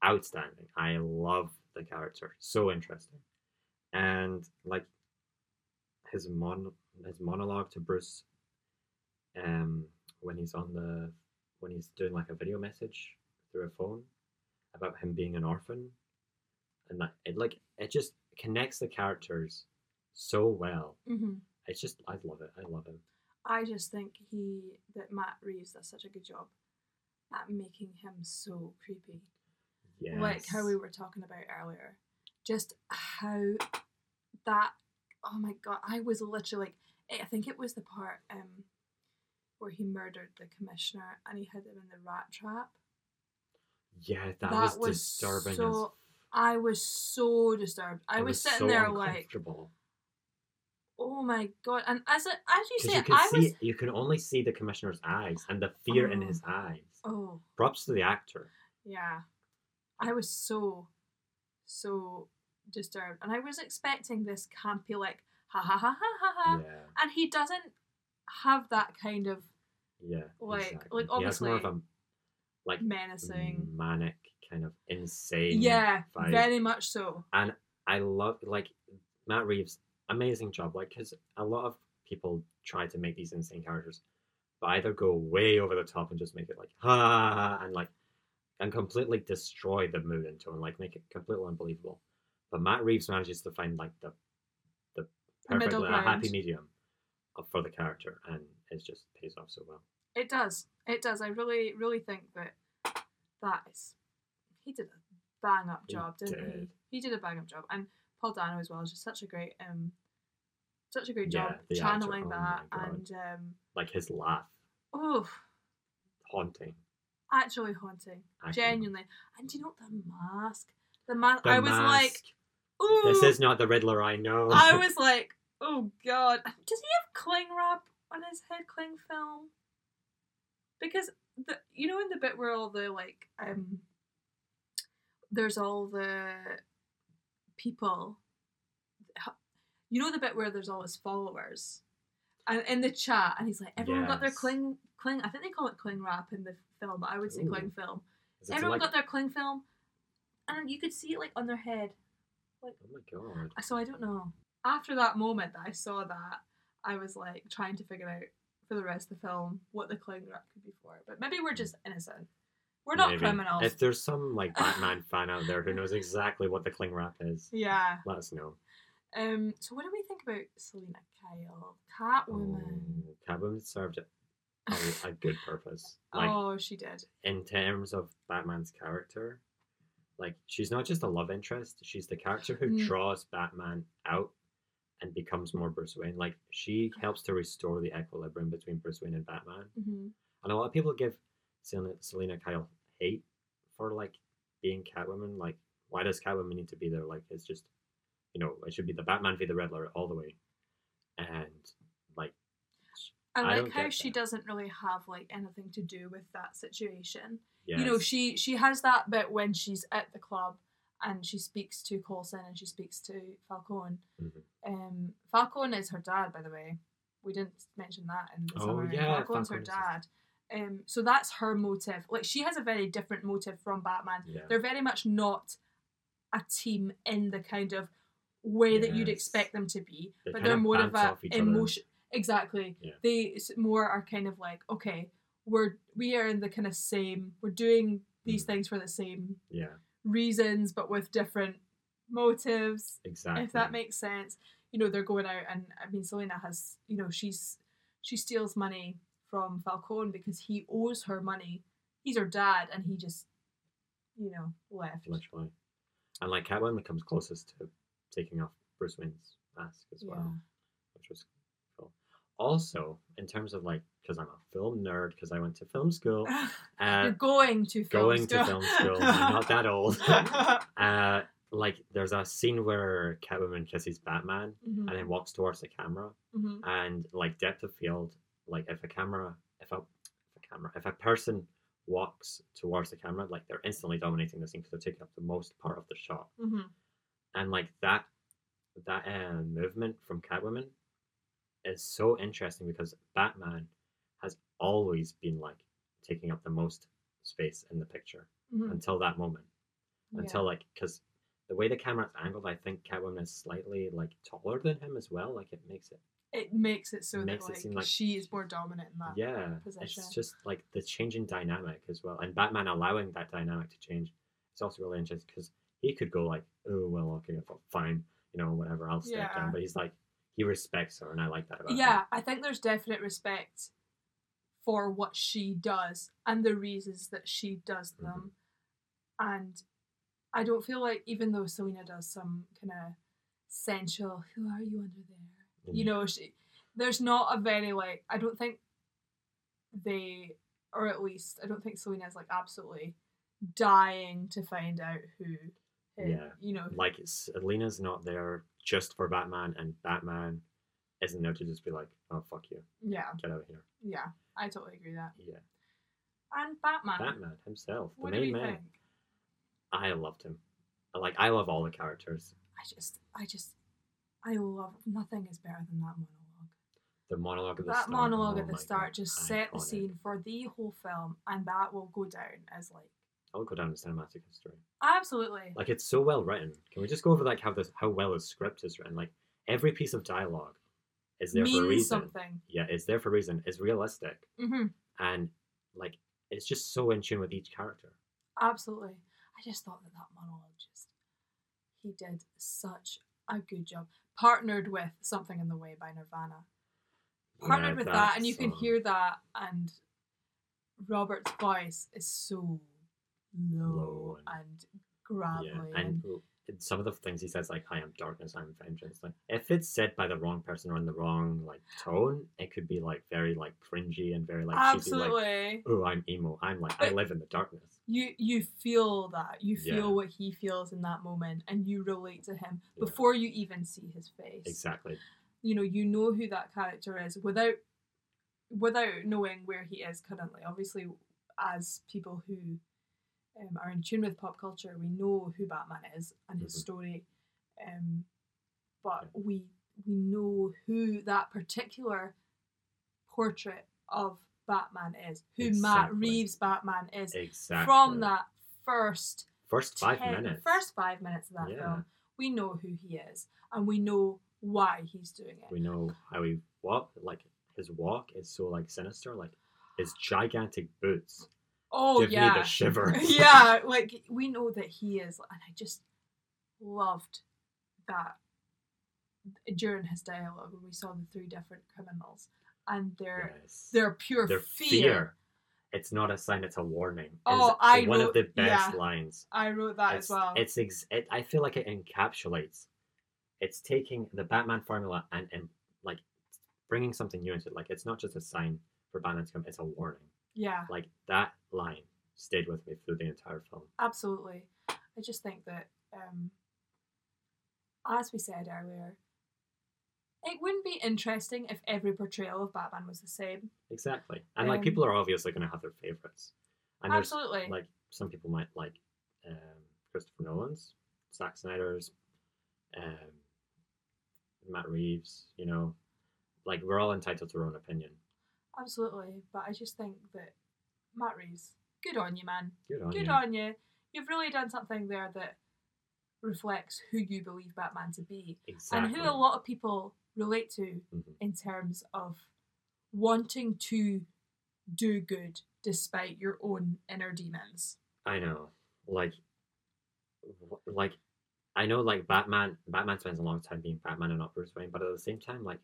outstanding. I love the character. So interesting, and like his mon his monologue to Bruce, um, when he's on the when he's doing like a video message through a phone about him being an orphan and that it like it just connects the characters so well. hmm It's just I love it. I love him. I just think he that Matt Reeves does such a good job at making him so creepy. Yes. Like how we were talking about earlier. Just how that oh my god, I was literally like I think it was the part um where he murdered the commissioner and he hid him in the rat trap. Yeah, that, that was, was disturbing. so- as- I was so disturbed. I it was, sitting so there like, uncomfortable. oh my god! And as a, as you 'Cause say, you it, can I see was you can only see the commissioner's eyes and the fear in Oh. his eyes. oh Props to the actor. yeah, I was so so disturbed, and I was expecting this campy like ha ha ha ha ha ha, Yeah, and he doesn't have that kind of yeah. Like- like, exactly. he has more of a like menacing. manic kind of insane. Yeah, vibe. very much so. I love like Matt Reeves, amazing job. Like, because a lot of people try to make these insane characters, but either go way over the top and just make it like ha and like and completely destroy the mood and tone, like make it completely unbelievable. But Matt Reeves manages to find like the the The perfect middle like, a happy ground. medium of- for the character, and it just pays off so well. It does. It does. I really, really think that that is. He did a bang up He job, didn't did. he? He did a bang up job, and Paul Dano as well is just such a great, um, such a great job Yeah, the actor, channeling oh that, my God. and um, Like his laugh, oh, haunting. actually haunting, Actually, genuinely. And do you know the mask? The mask. the I was like, mask. ooh. this is not the Riddler I know. I was like, oh god, does he have cling wrap on his head? Cling film? Because the you know in the bit where all the like um, there's all the people, you know the bit where there's all his followers, and in the chat, and he's like, everyone got their Yes. cling cling. I think they call it cling wrap in the film. but I would say Ooh. cling film. Is it everyone like- got their cling film, and you could see it like on their head. Oh my god! So I don't know. After that moment that I saw that, I was like trying to figure out for the rest of the film what the clown wrap could be for. But maybe we're just innocent. We're not Maybe. criminals. If there's some like Batman fan out there who knows exactly what the cling wrap is, Yeah. let us know. Um. So what do we think about Selena Kyle, Catwoman? Oh, Catwoman served a, a good purpose. Oh, Like she did. in terms of Batman's character, like she's not just a love interest; she's the character who Mm. draws Batman out and becomes more Bruce Wayne. Like she helps to restore the equilibrium between Bruce Wayne and Batman. hmm And a lot of people give Selena, Selena Kyle hate for like being Catwoman. Like, why does Catwoman need to be there? Like, it's just, you know, it should be the Batman v the Riddler all the way. And like, I I like don't how get she that. doesn't really have like anything to do with that situation. yes, you know she she has that bit when she's at the club and she speaks to Coulson and she speaks to Falcone. Mhm. Um, Falcone is her dad, by the way. We didn't mention that in the Oh, summary. yeah, Falcone's her Falcone's dad. Um, so that's her motive. Like she has a very different motive from Batman. yeah. They're very much not a team in the kind of way that you'd Yes. expect them to be, They but kind they're of more of bounce a off each other. emotion. Exactly, Yeah. they s- more are kind of like okay, we're we are in the kind of same. We're doing these Mm. things for the same yeah, reasons, but with different motives exactly. if that makes sense. You know, they're going out, and I mean, Selena has, you know, she's she steals money from Falcone because he owes her money. He's her dad, and he just, you know, left. literally. And like Catwoman comes closest to taking off Bruce Wayne's mask as well. Yeah. which was cool. Also, in terms of like, because I'm a film nerd, because I went to film school, uh, You're going to film going school. to film school, I'm not that old. uh, like, there's a scene where Catwoman kisses Batman Mhm, and then walks towards the camera, mhm. and like depth of field, like if a camera, if a, if a camera, if a person walks towards the camera, like they're instantly dominating the scene because they're taking up the most part of the shot Mhm. and like that that uh, movement from Catwoman is so interesting because Batman has always been like taking up the most space in the picture Mhm. until that moment Yeah. until like because the way the camera's angled I think Catwoman is slightly like taller than him as well like it makes it it makes it so makes it that like, seem like- she is more dominant in that. yeah possession. it's just like the changing dynamic as well and Batman allowing that dynamic to change it's also really interesting because he could go like oh well okay fine you know whatever I'll step Yeah. down but he's like he respects her and I like that about yeah, I think there's definite respect for what she does and the reasons that she does Mm-hmm. them. And I don't feel like even though Selena does some kind of sensual, who are you under there? You Yeah. know, she there's not a very like I don't think they or at least I don't think Selena's like absolutely dying to find out who Yeah. you know him. like it's Lena's not there just for Batman and Batman isn't there to just be like oh fuck you yeah get out of here yeah I totally agree with that yeah and Batman, Batman himself the Uh, what do main we man think I loved him like I love all the characters I just, I just, I love nothing is better than that monologue. the monologue at the that start monologue oh at the my start God, just set the iconic. scene for the whole film, and that will go down as like I'll go down in cinematic history absolutely. Like it's so well written. Can we just go over like how this how well his script is written? Like every piece of dialogue It's there for a means reason. something. Yeah, it's there for a reason. It's realistic, hmm and like it's just so in tune with each character. Absolutely. I just thought that that monologist, he did such a good job. Partnered with Something in the Way by Nirvana. Partnered Yeah, uh, with that, and you can song. hear that, and Robert's voice is so low, Low and- and gravelly. Yeah, and and, and some of the things he says, like "I am darkness, I am vengeance." Like if it's said by the wrong person or in the wrong like tone, it could be like very like cringy and very like cheesy, absolutely. like "Oh, I'm emo. I'm like I But- live in the darkness." you you feel that you feel Yeah. what he feels in that moment and you relate to him Yeah. before you even see his face Exactly. you know you know who that character is without without knowing where he is currently obviously as people who um, are in tune with pop culture we know who batman is and his Mhm. story um, but we we know who that particular portrait of batman is who matt Exactly. reeves batman is Exactly. from that first first five ten- minutes. first five minutes of that Yeah. film, we know who he is and we know why he's doing it. we know how he walk. Like his walk is so like sinister. Like his gigantic boots oh give me yeah, the shiver. yeah. Like we know that he is, and I just loved that during his dialogue when we saw the three different criminals and their Yes. their pure Their fear. It's not a sign. It's a warning. Oh, It's I one wrote- of the best yeah. lines. I wrote that it's, as well. It's ex- it, I feel like it encapsulates. It's taking the Batman formula and and like bringing something new into it. Like it's not just a sign for Batman to come. It's a warning. yeah, Like that line stayed with me through the entire film. absolutely. I just think that, um, as we said earlier, it wouldn't be interesting if every portrayal of Batman was the same. Exactly. And like Um, people are obviously going to have their favorites. And there's Absolutely. like some people might like um, Christopher Nolan's, Zack Snyder's, um, Matt Reeves. You know, like we're all entitled to our own opinion. Absolutely, but I just think that Matt Reeves, good on you, man. Good on Good you. on you. You've really done something there that reflects who you believe Batman to be Exactly. and who a lot of people relate to Mhm. in terms of wanting to do good despite your own inner demons. I know. Like, wh- like, I know. Like Batman. Batman spends a long time being Batman and not Bruce Wayne, but at the same time, like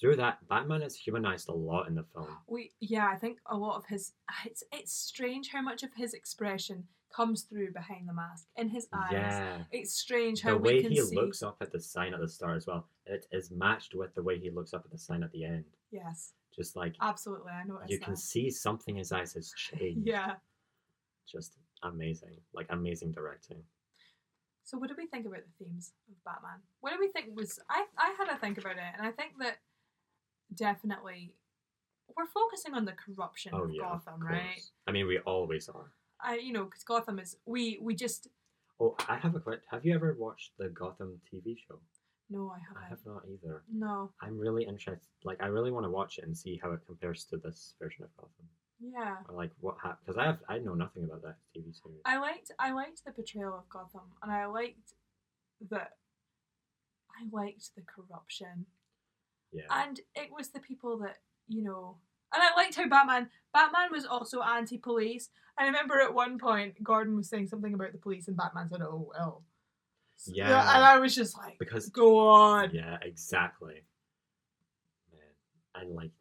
through that, Batman is humanized a lot in the film. We yeah, I think a lot of his it's it's strange how much of his expression comes through behind the mask in his eyes. Yeah. It's strange how The we way can he see looks up at the sign at the start as well, it is matched with the way he looks up at the sign at the end. Yes, Just like absolutely. Oh, I noticed you that. can see something in his eyes has changed. Yeah. Just amazing. Like amazing directing. So what do we think about the themes of Batman? What do we think was I I had a think about it and I think that definitely we're focusing on the corruption Oh of yeah. of Gotham, right? course. I mean, we always are. I you know, cuz Gotham is we we just Oh, I have a question. Have you ever watched the Gotham TV show? no, I I haven't. have not either. No. I'm really interested. Like, I really want to watch it and see how it compares to this version of Gotham. Yeah. Or like what happened? Because I have I know nothing about that TV series. I liked I liked the portrayal of Gotham and I liked that I liked the corruption yeah. and it was the people that you know and i liked how batman batman was also anti-police i remember at one point gordon was saying something about the police and batman said oh well So- Yeah. and i was just like because go on yeah, exactly. Man, and like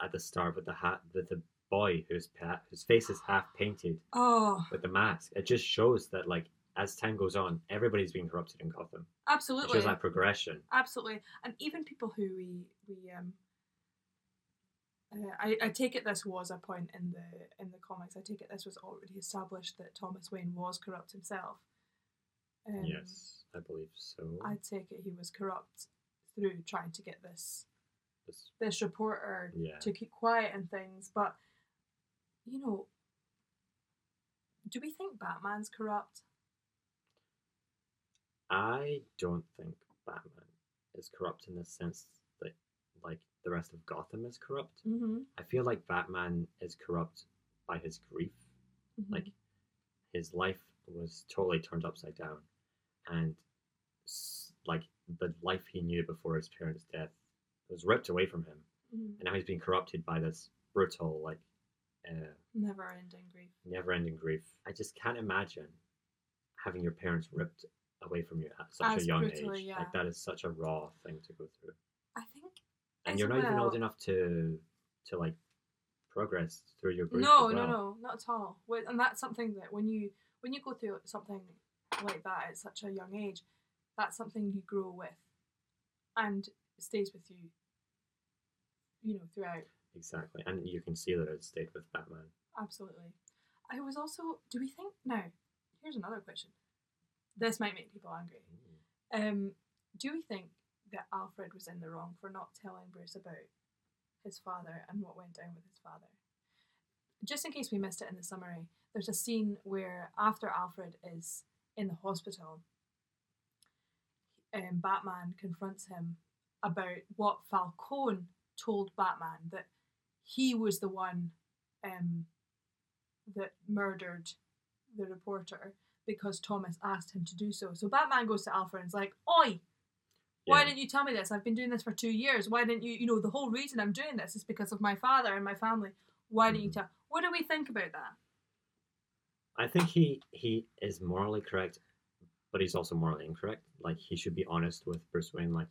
at the start with the hat, with the boy whose pa- whose face is half painted oh with the mask, it just shows that like as time goes on, everybody's being corrupted in Gotham. It absolutely shows that progression. absolutely and even people who we we um uh, I, I take it this was a point in the in the comics. I take it this was already established that Thomas Wayne was corrupt himself. Um, yes, I believe so. I take it he was corrupt through trying to get this This- this reporter yeah. to keep quiet and things. But you know, do we think Batman's corrupt? I don't think Batman is corrupt in the sense that like the rest of Gotham is corrupt. Mm-hmm. I feel like Batman is corrupt by his grief. Mm-hmm. Like his life was totally turned upside down, and s- like the life he knew before his parents' death It was ripped away from him, Mm. and now he's being corrupted by this brutal, like, uh, Never ending grief. never-ending grief. I just can't imagine having your parents ripped away from you at such As a young brutally, age. yeah. Like that is such a raw thing to go through, I think. and as you're not even well- old enough to to like progress through your grief. No, as no, well. no, not at all. Wh- And that's something that when you when you go through something like that at such a young age, that's something you grow with, and stays with you. You know, throughout. Exactly, and you can see that it stayed with Batman. Absolutely. I was also. Do we think now? Here's another question. This might make people angry. Um, do we think that Alfred was in the wrong for not telling Bruce about his father and what went down with his father? Just in case we missed it in the summary, there's a scene where after Alfred is in the hospital, um, Batman confronts him about what Falcone told Batman that he was the one um, that murdered the reporter because Thomas asked him to do so. So Batman goes to Alfred and is like, Oi, why Yeah. didn't you tell me this? I've been doing this for two years. Why didn't you? You know, the whole reason I'm doing this is because of my father and my family. Why didn't you Mhm. tell? What do we think about that? I think he he is morally correct, but he's also morally incorrect. Like he should be honest with Bruce Wayne. Like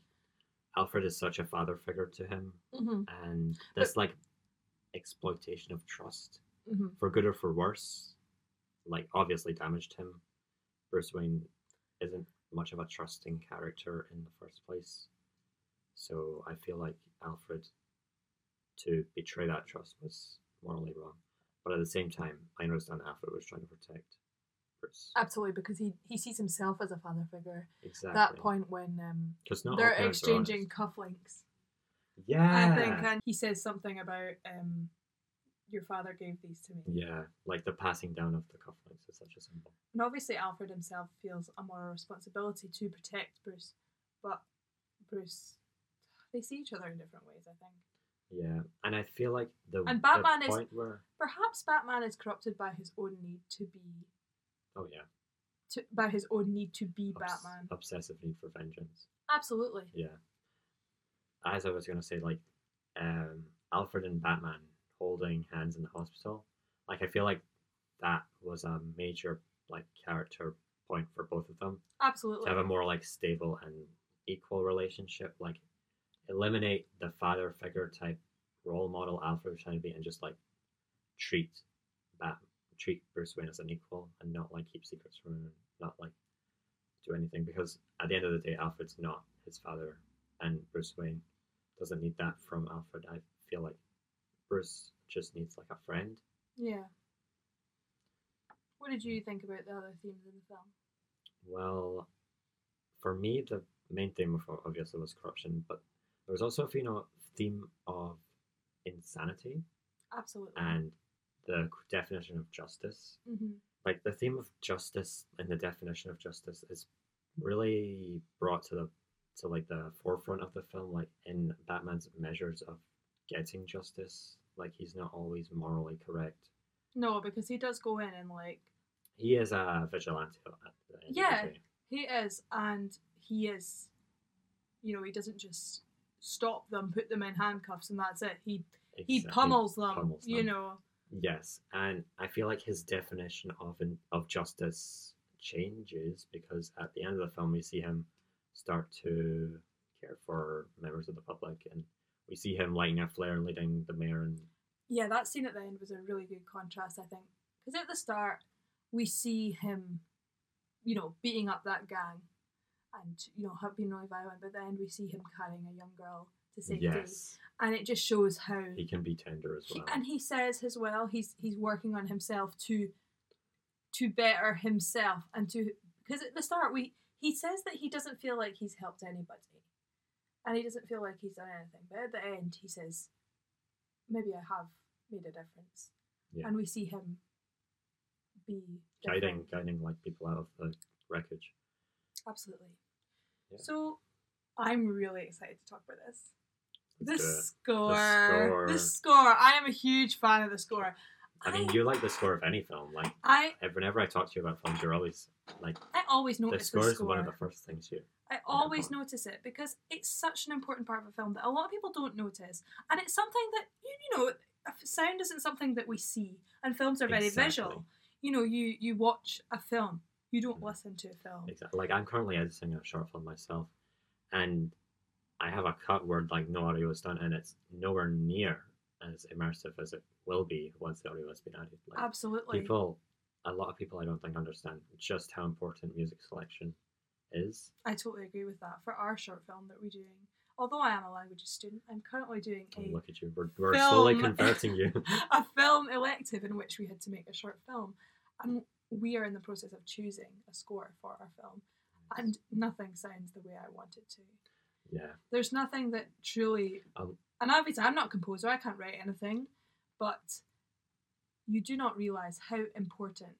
Alfred is such a father figure to him, Mm-hmm. and this like exploitation of trust Mm-hmm. for good or for worse, like obviously damaged him. Bruce Wayne isn't much of a trusting character in the first place, so I feel like Alfred to betray that trust was morally wrong. But at the same time, I understand Alfred was trying to protect Bruce. Absolutely, because he, he sees himself as a father figure. Exactly. That point when um, because not all they're parents are honest. Ah. exchanging cufflinks. Yeah. I think uh, and he says something about um, your father gave these to me. yeah, like the passing down of the cufflinks is such a symbol. And obviously, Alfred himself feels a moral responsibility to protect Bruce, but Bruce, they see each other in different ways, I think. Yeah, and I feel like the And Batman the is- point where Perhaps Batman is corrupted by his own need to be, oh yeah, to, by his own need to be obs- Batman. obsessive need for vengeance. Absolutely. Yeah. As I was gonna say, like, um, Alfred and Batman holding hands in the hospital. Like, I feel like that was a major like character point for both of them to Absolutely. have a more like stable and equal relationship. Like, eliminate the father figure type role model Alfred was trying to be, and just like treat Bat treat Bruce Wayne as an equal, and not like keep secrets from him, and not like do anything because at the end of the day, Alfred's not his father, and Bruce Wayne doesn't need that from Alfred. I feel like Bruce just needs like a friend. Yeah. What did you think about the other themes in the film? Well, for me, the main theme of obviously was corruption, but there was also a pheno- theme of insanity Absolutely. and the definition of justice. hmm Like the theme of justice and the definition of justice is really brought to the to like the forefront of the film, like in Batman's measures of getting justice. Like he's not always morally correct. No, because he does go in and like He is a vigilante. At the end of the Yeah. day. He is, and he is. You know, he doesn't just stop them, put them in handcuffs, and that's it. He he Exactly. pummels them. pummels you them. know, Yes, and I feel like his definition of an, of justice changes because at the end of the film we see him start to care for members of the public, and we see him lighting a flare and leading the mayor. And yeah, that scene at the end was a really good contrast, I think, because at the start we see him, you know, beating up that gang, and you know, have been really violent. But then we see him carrying a young girl to safety, yes, and it just shows how. he can be tender as he- well. and he says as well, he's he's working on himself to to better himself and to because at the start we he says that he doesn't feel like he's helped anybody, and he doesn't feel like he's done anything. But at the end, he says, "Maybe I have made a difference," Yeah. and we see him be guiding, different. guiding like people out of the wreckage. absolutely. Yeah. So I'm really excited to talk about this. The Let's do it. score, score. the score. I am a huge fan of the score. I mean, you like the score of any film. Like I whenever I talk to you about films, you're always like I always the notice the score Oh, score. is one of the first things you I always notice it because it's such an important part of a film that a lot of people don't notice, and it's something that you, you know, sound isn't something that we see, and films are very Exactly. visual. You know, you you watch a film, you don't Mhm. listen to a film. Exactly. Like I'm currently editing a short film myself, and I have a cut where like no audio is done, and it's nowhere near as immersive as it will be once the audio has been added. Like Absolutely. people, a lot of people, I don't think understand just how important music selection is. I totally agree with that. For our short film that we're doing, although I am a languages student, I'm currently doing Oh, a, look at you! We're, we're slowly Film. converting you. a film elective in which we had to make a short film, and we are in the process of choosing a score for our film, and nothing sounds the way I want it to. yeah, There's nothing that truly, Um, and obviously I'm not a composer, I can't write anything, but you do not realize how important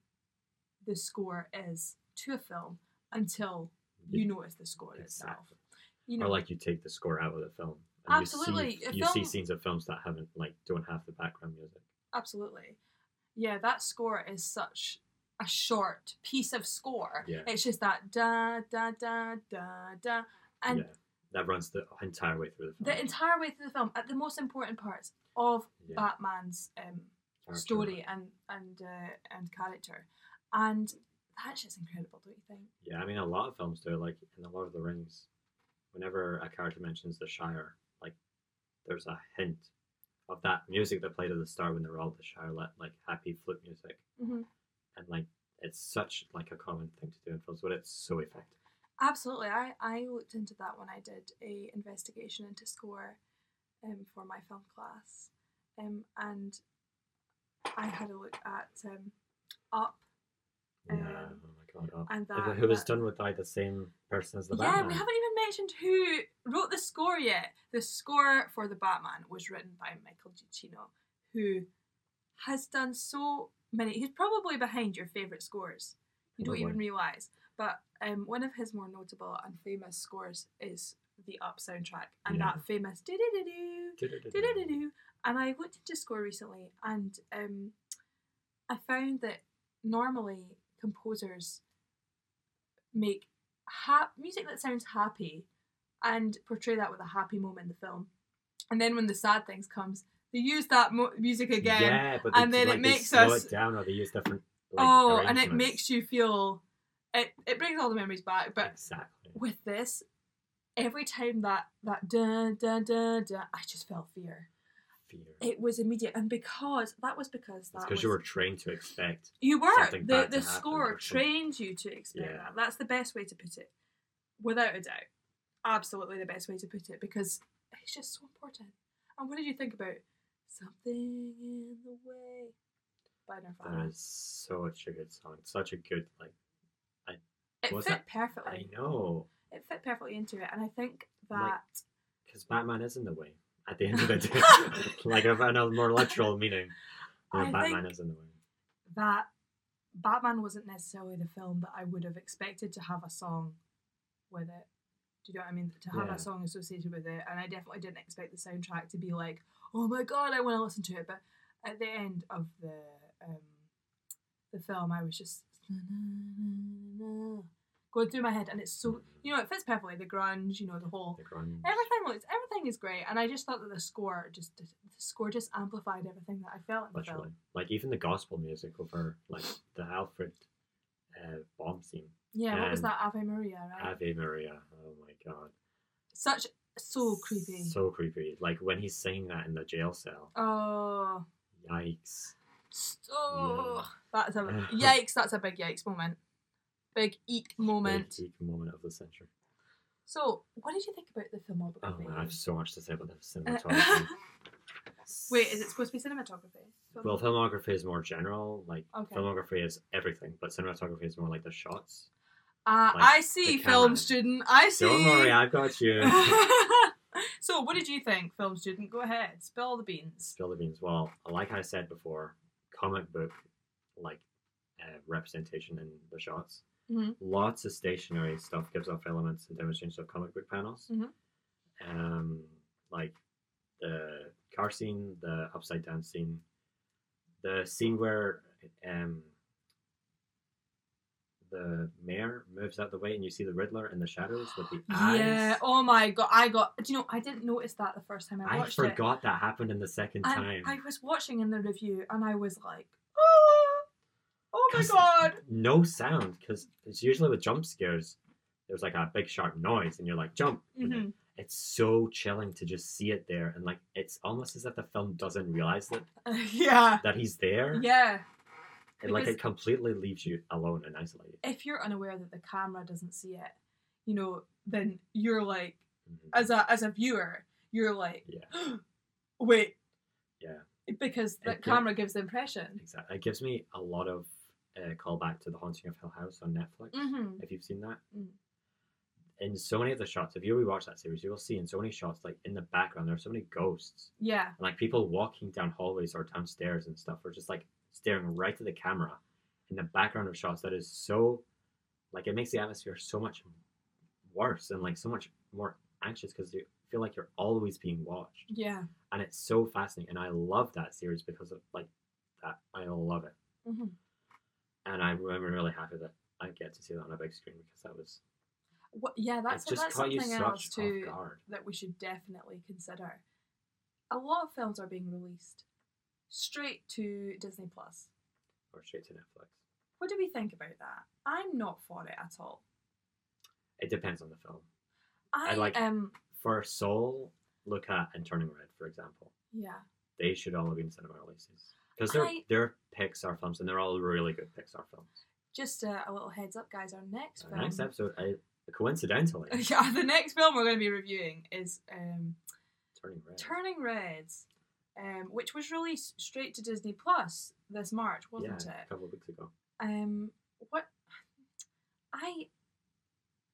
the score is to a film until you notice the score itself. Exactly. You know, or like you take the score out of the film. You, Absolutely, see, a you see film- scenes of films that haven't like don't have the background music. Absolutely. Yeah, that score is such a short piece of score. Yeah. It's just that da da da da da and yeah, that runs the entire way through the the film. entire way through the film at the most important parts of Yeah, Batman's um, character story and and uh, and character. And that's just incredible, don't you think? Yeah, I mean, a lot of films do. it, Like in The Lord of the Rings, whenever a character mentions the Shire, like there's a hint of that music that played at the start when they were all at the Shire, like, like happy flute music, Mm-hmm. and like it's such like a common thing to do in films, but it's so effective. Absolutely. I, I looked into that when I did a investigation into score um, for my film class. Um, and I had a look at um, Up Yeah. Um, oh my god. Oh. and If that. it- who was that- done with like the same person as the yeah, Batman? we haven't even mentioned who wrote the score yet. The score for the Batman was written by Michael Giacchino, who has done so many. He's probably behind your favourite scores. You don't Probably. even realise. But um, one of his more notable and famous scores is the Up soundtrack, and Yeah. that famous do do do do Du-du-du-du. do-do-do-do. And I looked into score recently, and um, I found that normally composers make ha- music that sounds happy and portray that with a happy moment in the film. And then when the sad things comes, they use that mo- music again. Yeah, but they, and then it like, they makes slow us- it down, or they use different. Like, oh, and it arrangements. makes you feel. It, it brings all the memories back, but exactly. with this, every time that that da da da da, I just felt fear. Fear. It was immediate, and because that was because that because was you were trained to expect. you were something the bad the to happen score or something. trains you to expect Yeah. that. That's the best way to put it, without a doubt. Absolutely the best way to put it because it's just so important. And what did you think about something in the way by That Nirvana? is such a good song. Such a good like. It fit was that- I perfectly. know It fit perfectly into it, and I think that. Like- because Batman is in the way. At the end of the day, like if in a more literal meaning, you know, I Batman think- is in the way. that Batman wasn't necessarily the film that I would have expected to have a song with it. Do you know what I mean? To have Yeah. a song associated with it, and I definitely didn't expect the soundtrack to be like, "Oh my god, I want to listen to it." But at the end of the um, the film, I was just going through my head, and it's so you know it fits perfectly. The grunge, you know, the whole The grunge. everything looks everything is great, and I just thought that the score just the score just amplified everything that I felt in the literally, film. like even the gospel music over like the Alfred uh, bomb scene. Yeah, what was And- that Ave Maria, right? Ave Maria. Oh my god. such so creepy. So creepy. Like when he's saying that in the jail cell. oh, Yikes. so that's a yikes. That's a big yikes moment. Big eek moment. Big, big moment of the century. So, what did you think about the Oh filmography? man, I have so much to say about the Uh, cinematography. Wait, is it supposed to be cinematography? Well, filmography is more general. Like Okay. filmography is everything, but cinematography is more like the shots. uh, like, I see, the film camera. student. I see. Don't worry, I've got you. so, what did you think, film student? Go ahead, spill all the beans. Spill the beans. Well, like I said before, comic book like uh, representation in the shots. Mhm. Lots of stationary stuff gives off elements and demonstrations of comic book panels. Mhm. Um, like the car scene, the upside down scene, the scene where um, the mayor moves out the way and you see the Riddler in the shadows with the eyes. Yeah. Oh my god. I got. Do you know? I didn't notice that the first time I I watched it. forgot that happened in the second And time. I was watching in the review, and I was like, oh, oh my 'Cause- god. No sound because it's usually with jump scares. There's like a big sharp noise and you're like jump. and Mhm. It's so chilling to just see it there and like it's almost as if the film doesn't realize that yeah. that he's there. Yeah. And like because- it completely leaves you alone and isolated. If you're unaware that the camera doesn't see it, you know, then you're like, Mhm. as a as a viewer, you're like, Yeah. wait, Yeah. because the It- camera gives the impression. Exactly. It gives me a lot of uh, callback to The Haunting of Hill House on Netflix, Mm-hmm. if you've seen that. Mm. In so many of the shots, if you rewatch that series, you will see in so many shots, like in the background, there are so many ghosts. Yeah. And like people walking down hallways or downstairs and stuff are just like staring right to the camera in the background of shots. That is so, like, it makes the atmosphere so much worse and like so much more anxious because you feel like you're always being watched. Yeah. And it's so fascinating. And I love that series because of like that. I love it. hmm and I'm, I'm really happy that I get to see that on a big screen because that was What, yeah. That's it just that's caught you something such else off too guard. that we should definitely consider. A lot of films are being released straight to Disney Plus. Or straight to Netflix. What do we think about that? I'm not for it at all. It depends on the film. I, I like- um For Soul, Look at and Turning Red, for example, yeah. they should all have been cinema releases because they're I- they're Pixar films and they're all really good Pixar films. Just a, a little heads up, guys. Our next So film, next episode, I, coincidentally, yeah, the next film we're going to be reviewing is um, Turning Red. Turning Red, um, which was released straight to Disney Plus this March, wasn't yeah, a it? couple of weeks ago. Um, what I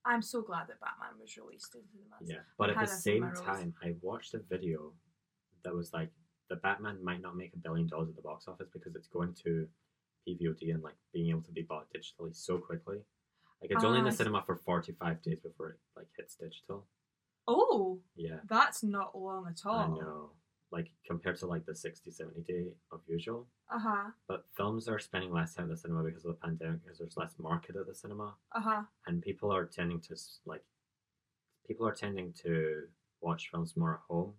I'm so glad that Batman was released in cinemas. Yeah, but at had the a cinema same release. time, I watched a video that was like the Batman might not make a billion dollars at the box office because it's going to PVOD and like being able to be bought digitally so quickly. Like it's only in Ah, I the see. cinema for forty five days before it like hits digital. Oh, Yeah, that's not long at all. I know. Like compared to like the 60, 70 day of usual, Uh huh. but films are spending less time at the cinema because of the pandemic because there's less market at the cinema Uh huh. and people are tending to s- like people are tending to watch films more at home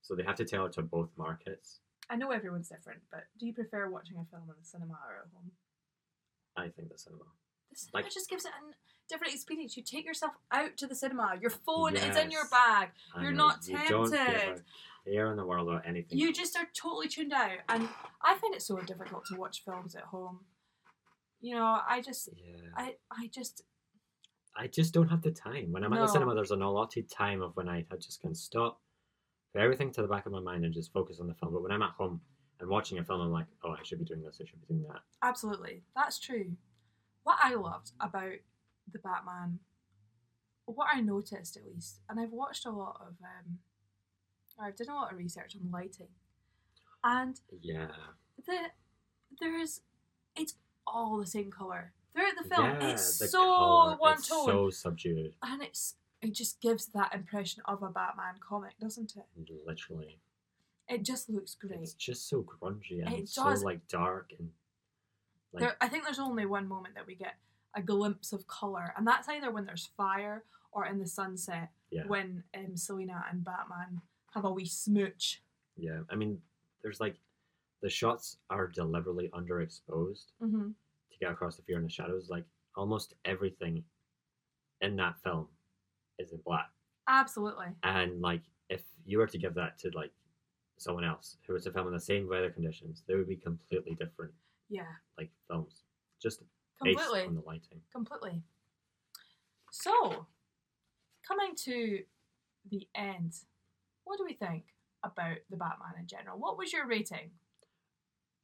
so they have to tailor to both markets I know everyone's different, but do you prefer watching a film in the cinema or at home? i think the cinema The cinema Like- just gives it a different experience. You take yourself out to the cinema. Your phone is in your Yes. bag. I You're know, not don't give tempted. a care in the world about anything You just are totally tuned out. And I find it so difficult to watch films at home. You know, I just, yeah I, I, I just, just don't have the time when i'm at the No. cinema there's an allotted time of when i, I just can stop put everything to the back of my mind and just focus on the film but when i'm at home and watching a film i'm like oh i should be doing this i should be doing that absolutely, that's true. What I loved about the Batman, what I noticed at least, and I've watched a lot of, um, I've done a lot of research on lighting, and yeah the there is, it's all the same color throughout the film. yeah, it's the so colour, one it's tone. so subdued and it's it just gives that impression of a Batman comic, doesn't it? literally It just looks great. It's just so grungy and It so does. like dark and like there, I think there's only one moment that we get a glimpse of color, and that's either when there's fire or in the sunset yeah, when um, Selena and Batman have a wee smooch. yeah. I mean, there's like the shots are deliberately underexposed Mm-hmm. to get across the fear in the shadows. Like almost everything in that film is in black, Absolutely. and like if you were to give that to like someone else who was to film in the same weather conditions, they would be completely different Yeah. like films, just based Completely. on the lighting. Completely. So, coming to the end, what do we think about the Batman in general? What was your rating?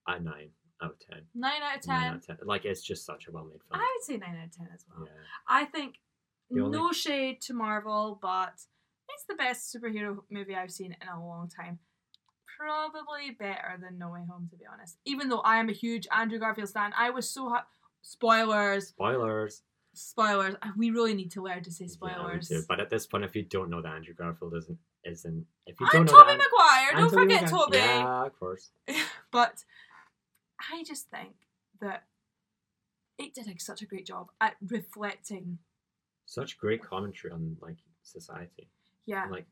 A nine out of ten. Nine out of ten. Nine out of ten. Like it's just such a well-made film. I would say nine out of ten as well. yeah. I think The only- no shade to Marvel, but it's the best superhero movie I've seen in a long time. Probably better than No Way Home, to be honest. Even though I am a huge Andrew Garfield stan, I was so happy. Spoilers, Spoilers. spoilers. Uh, We really need to learn to say Yeah, we spoilers. do. But at this point, if you don't know that Andrew Garfield isn't isn't, if you I'm don't know Toby that, Maguire. Don't Anthony forget Mackie- Toby. Yeah, of course. but I just think that it did like, such a great job at reflecting. Such great commentary on like society, Yeah, and, like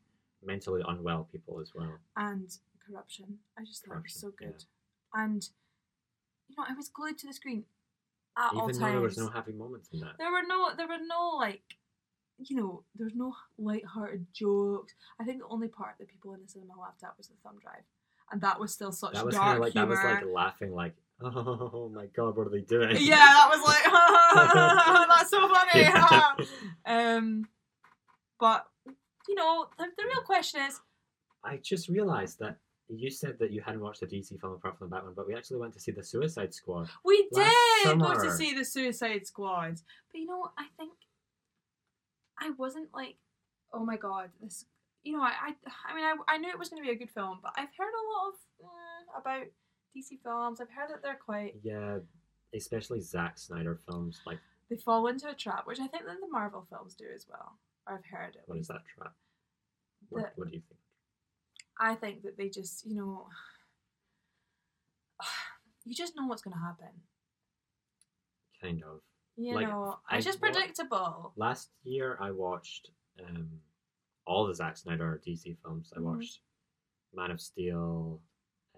mentally unwell people as well. and corruption. I just thought it was so Corruption, yeah. good. And you know, I was glued to the screen at all times. Even though there was no happy moments in that. There were no, there were no like, you know, there was no light-hearted jokes. I think the only part that people in the cinema laughed at was the thumb drive, and that was still such That was kind dark of like humor. that was like laughing like, oh my god, what are they doing? yeah, that was like, that's so funny. ha." um, but you know, the, the real question is, I just realised that you said that you hadn't watched a DC film apart from the Batman, but we actually went to see the Suicide Squad. we Last did go to summer. see the Suicide Squad, but you know, I think I wasn't like, oh my god, this. You know, I, I, I mean, I, I knew it was going to be a good film, but I've heard a lot of uh, about DC films. I've heard that they're quite Yeah, especially Zack Snyder films. Like, they fall into a trap, which I think that the Marvel films do as well. Or I've heard at what is least. that trap? What, The- what do you think? I think that they just, you know, you just know what's going to happen. Kind of. You Like, know, I it's just wa- predictable. Last year, I watched um, all the Zack Snyder DC films. I Mhm. watched Man of Steel,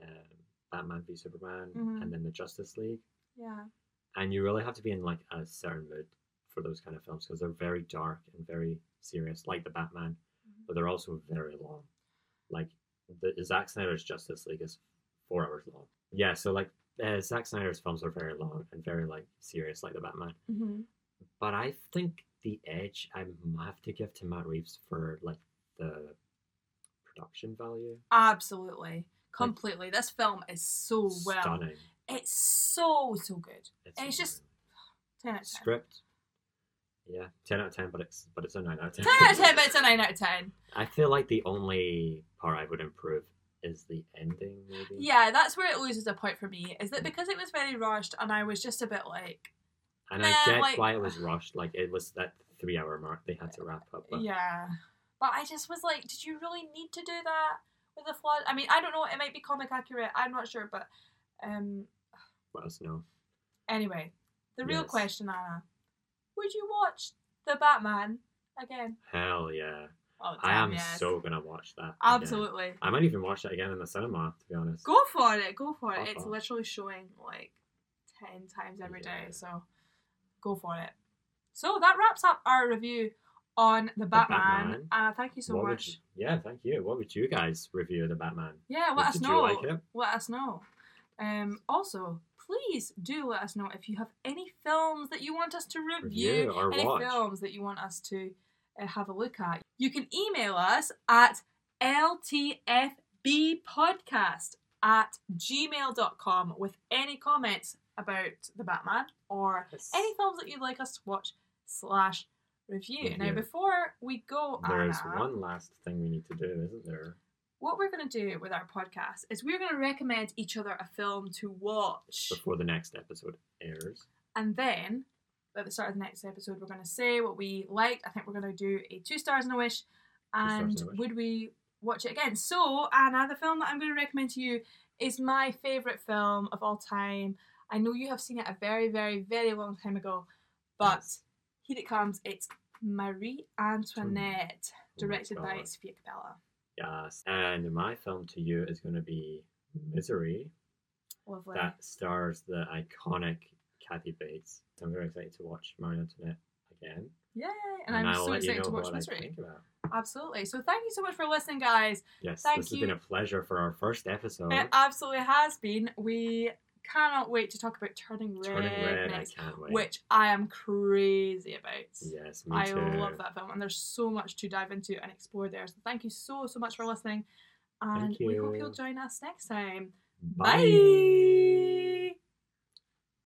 um, Batman v Superman, Mhm. and then the Justice League. Yeah. and you really have to be in like a certain mood for those kind of films because they're very dark and very serious, like the Batman, Mhm. but they're also very long. Like the Zack Snyder's Justice League is four hours long. Yeah, so like uh, Zack Snyder's films are very long and very like serious, like the Batman. hmm But I think the edge I might have to give to Matt Reeves for like the production value. Absolutely. Completely. this film is so well. Stunning. It's so, so good. It's just- 10 out of 10. script. Yeah, ten out of ten, but it's but it's a nine out of 10 out of 10, but it's a 9 out of 10. I feel like the only part I would improve is the ending, maybe. Yeah, that's where it loses a point for me, is that because it was very rushed and I was just a bit like, And Nah, I get like- why it was rushed. Like it was that three hour mark they had to wrap up. But Yeah. But I just was like, did you really need to do that with the flood? I mean, I don't know. It might be comic accurate. I'm not sure. But um, let us know. anyway, the real Yes. question, Anna, would you watch The Batman again? Hell yeah. Oh, I damn am yes. so gonna watch that. again. Absolutely. I might even watch that again in the cinema, to be honest. Go for it. Go for it. Go It's for it. literally showing like 10 times every day. Uh-huh. Yeah. So go for it. So that wraps up our review on The Batman. Batman. Anna, thank you so What would much. you- yeah, thank you. What would you guys review of the Batman? Yeah, Did- let us did you know. like it? Let us know. Um, also, please do let us know if you have any films that you want us to review, Review or any watch. films that you want us to uh, have a look at. You can email us at ltfbpodcast at gmail.com with any comments about the Batman or any films that you'd like us to watch slash review. Now, Review. before we go, There's Anna, one last thing we need to do, isn't there? what we're going to do with our podcast is we're going to recommend each other a film to watch. Before the next episode airs. Oh And then at the start of the next episode, we're going to say what we liked. I think we're going to do a two stars and a wish. stars And and a wish. would we watch it again? So, Anna, the film that I'm going to recommend to you is my favourite film of all time. I know you have seen it a very, very, very long time ago, but here it comes. It's Marie Antoinette, Oh my directed by God. Sofia Capella. Yes. And my film to you is going to be Misery, Lovely. that stars the iconic Kathy Bates. So I'm very excited to watch Marie Antoinette again. Yay! And, I'm I'll so let you excited know to watch what I Misery. think about. Absolutely. So thank you so much for listening, guys. Yes, Thank this has been you. a pleasure for our first episode. It absolutely has been. We cannot wait to talk about turning red, Turning red, I next, can't wait. which I am crazy about. yes, me I too. love that film, and there's so much to dive into and explore there. So thank you so so much for listening, and Thank we hope you. you'll join us next time. Bye. Bye.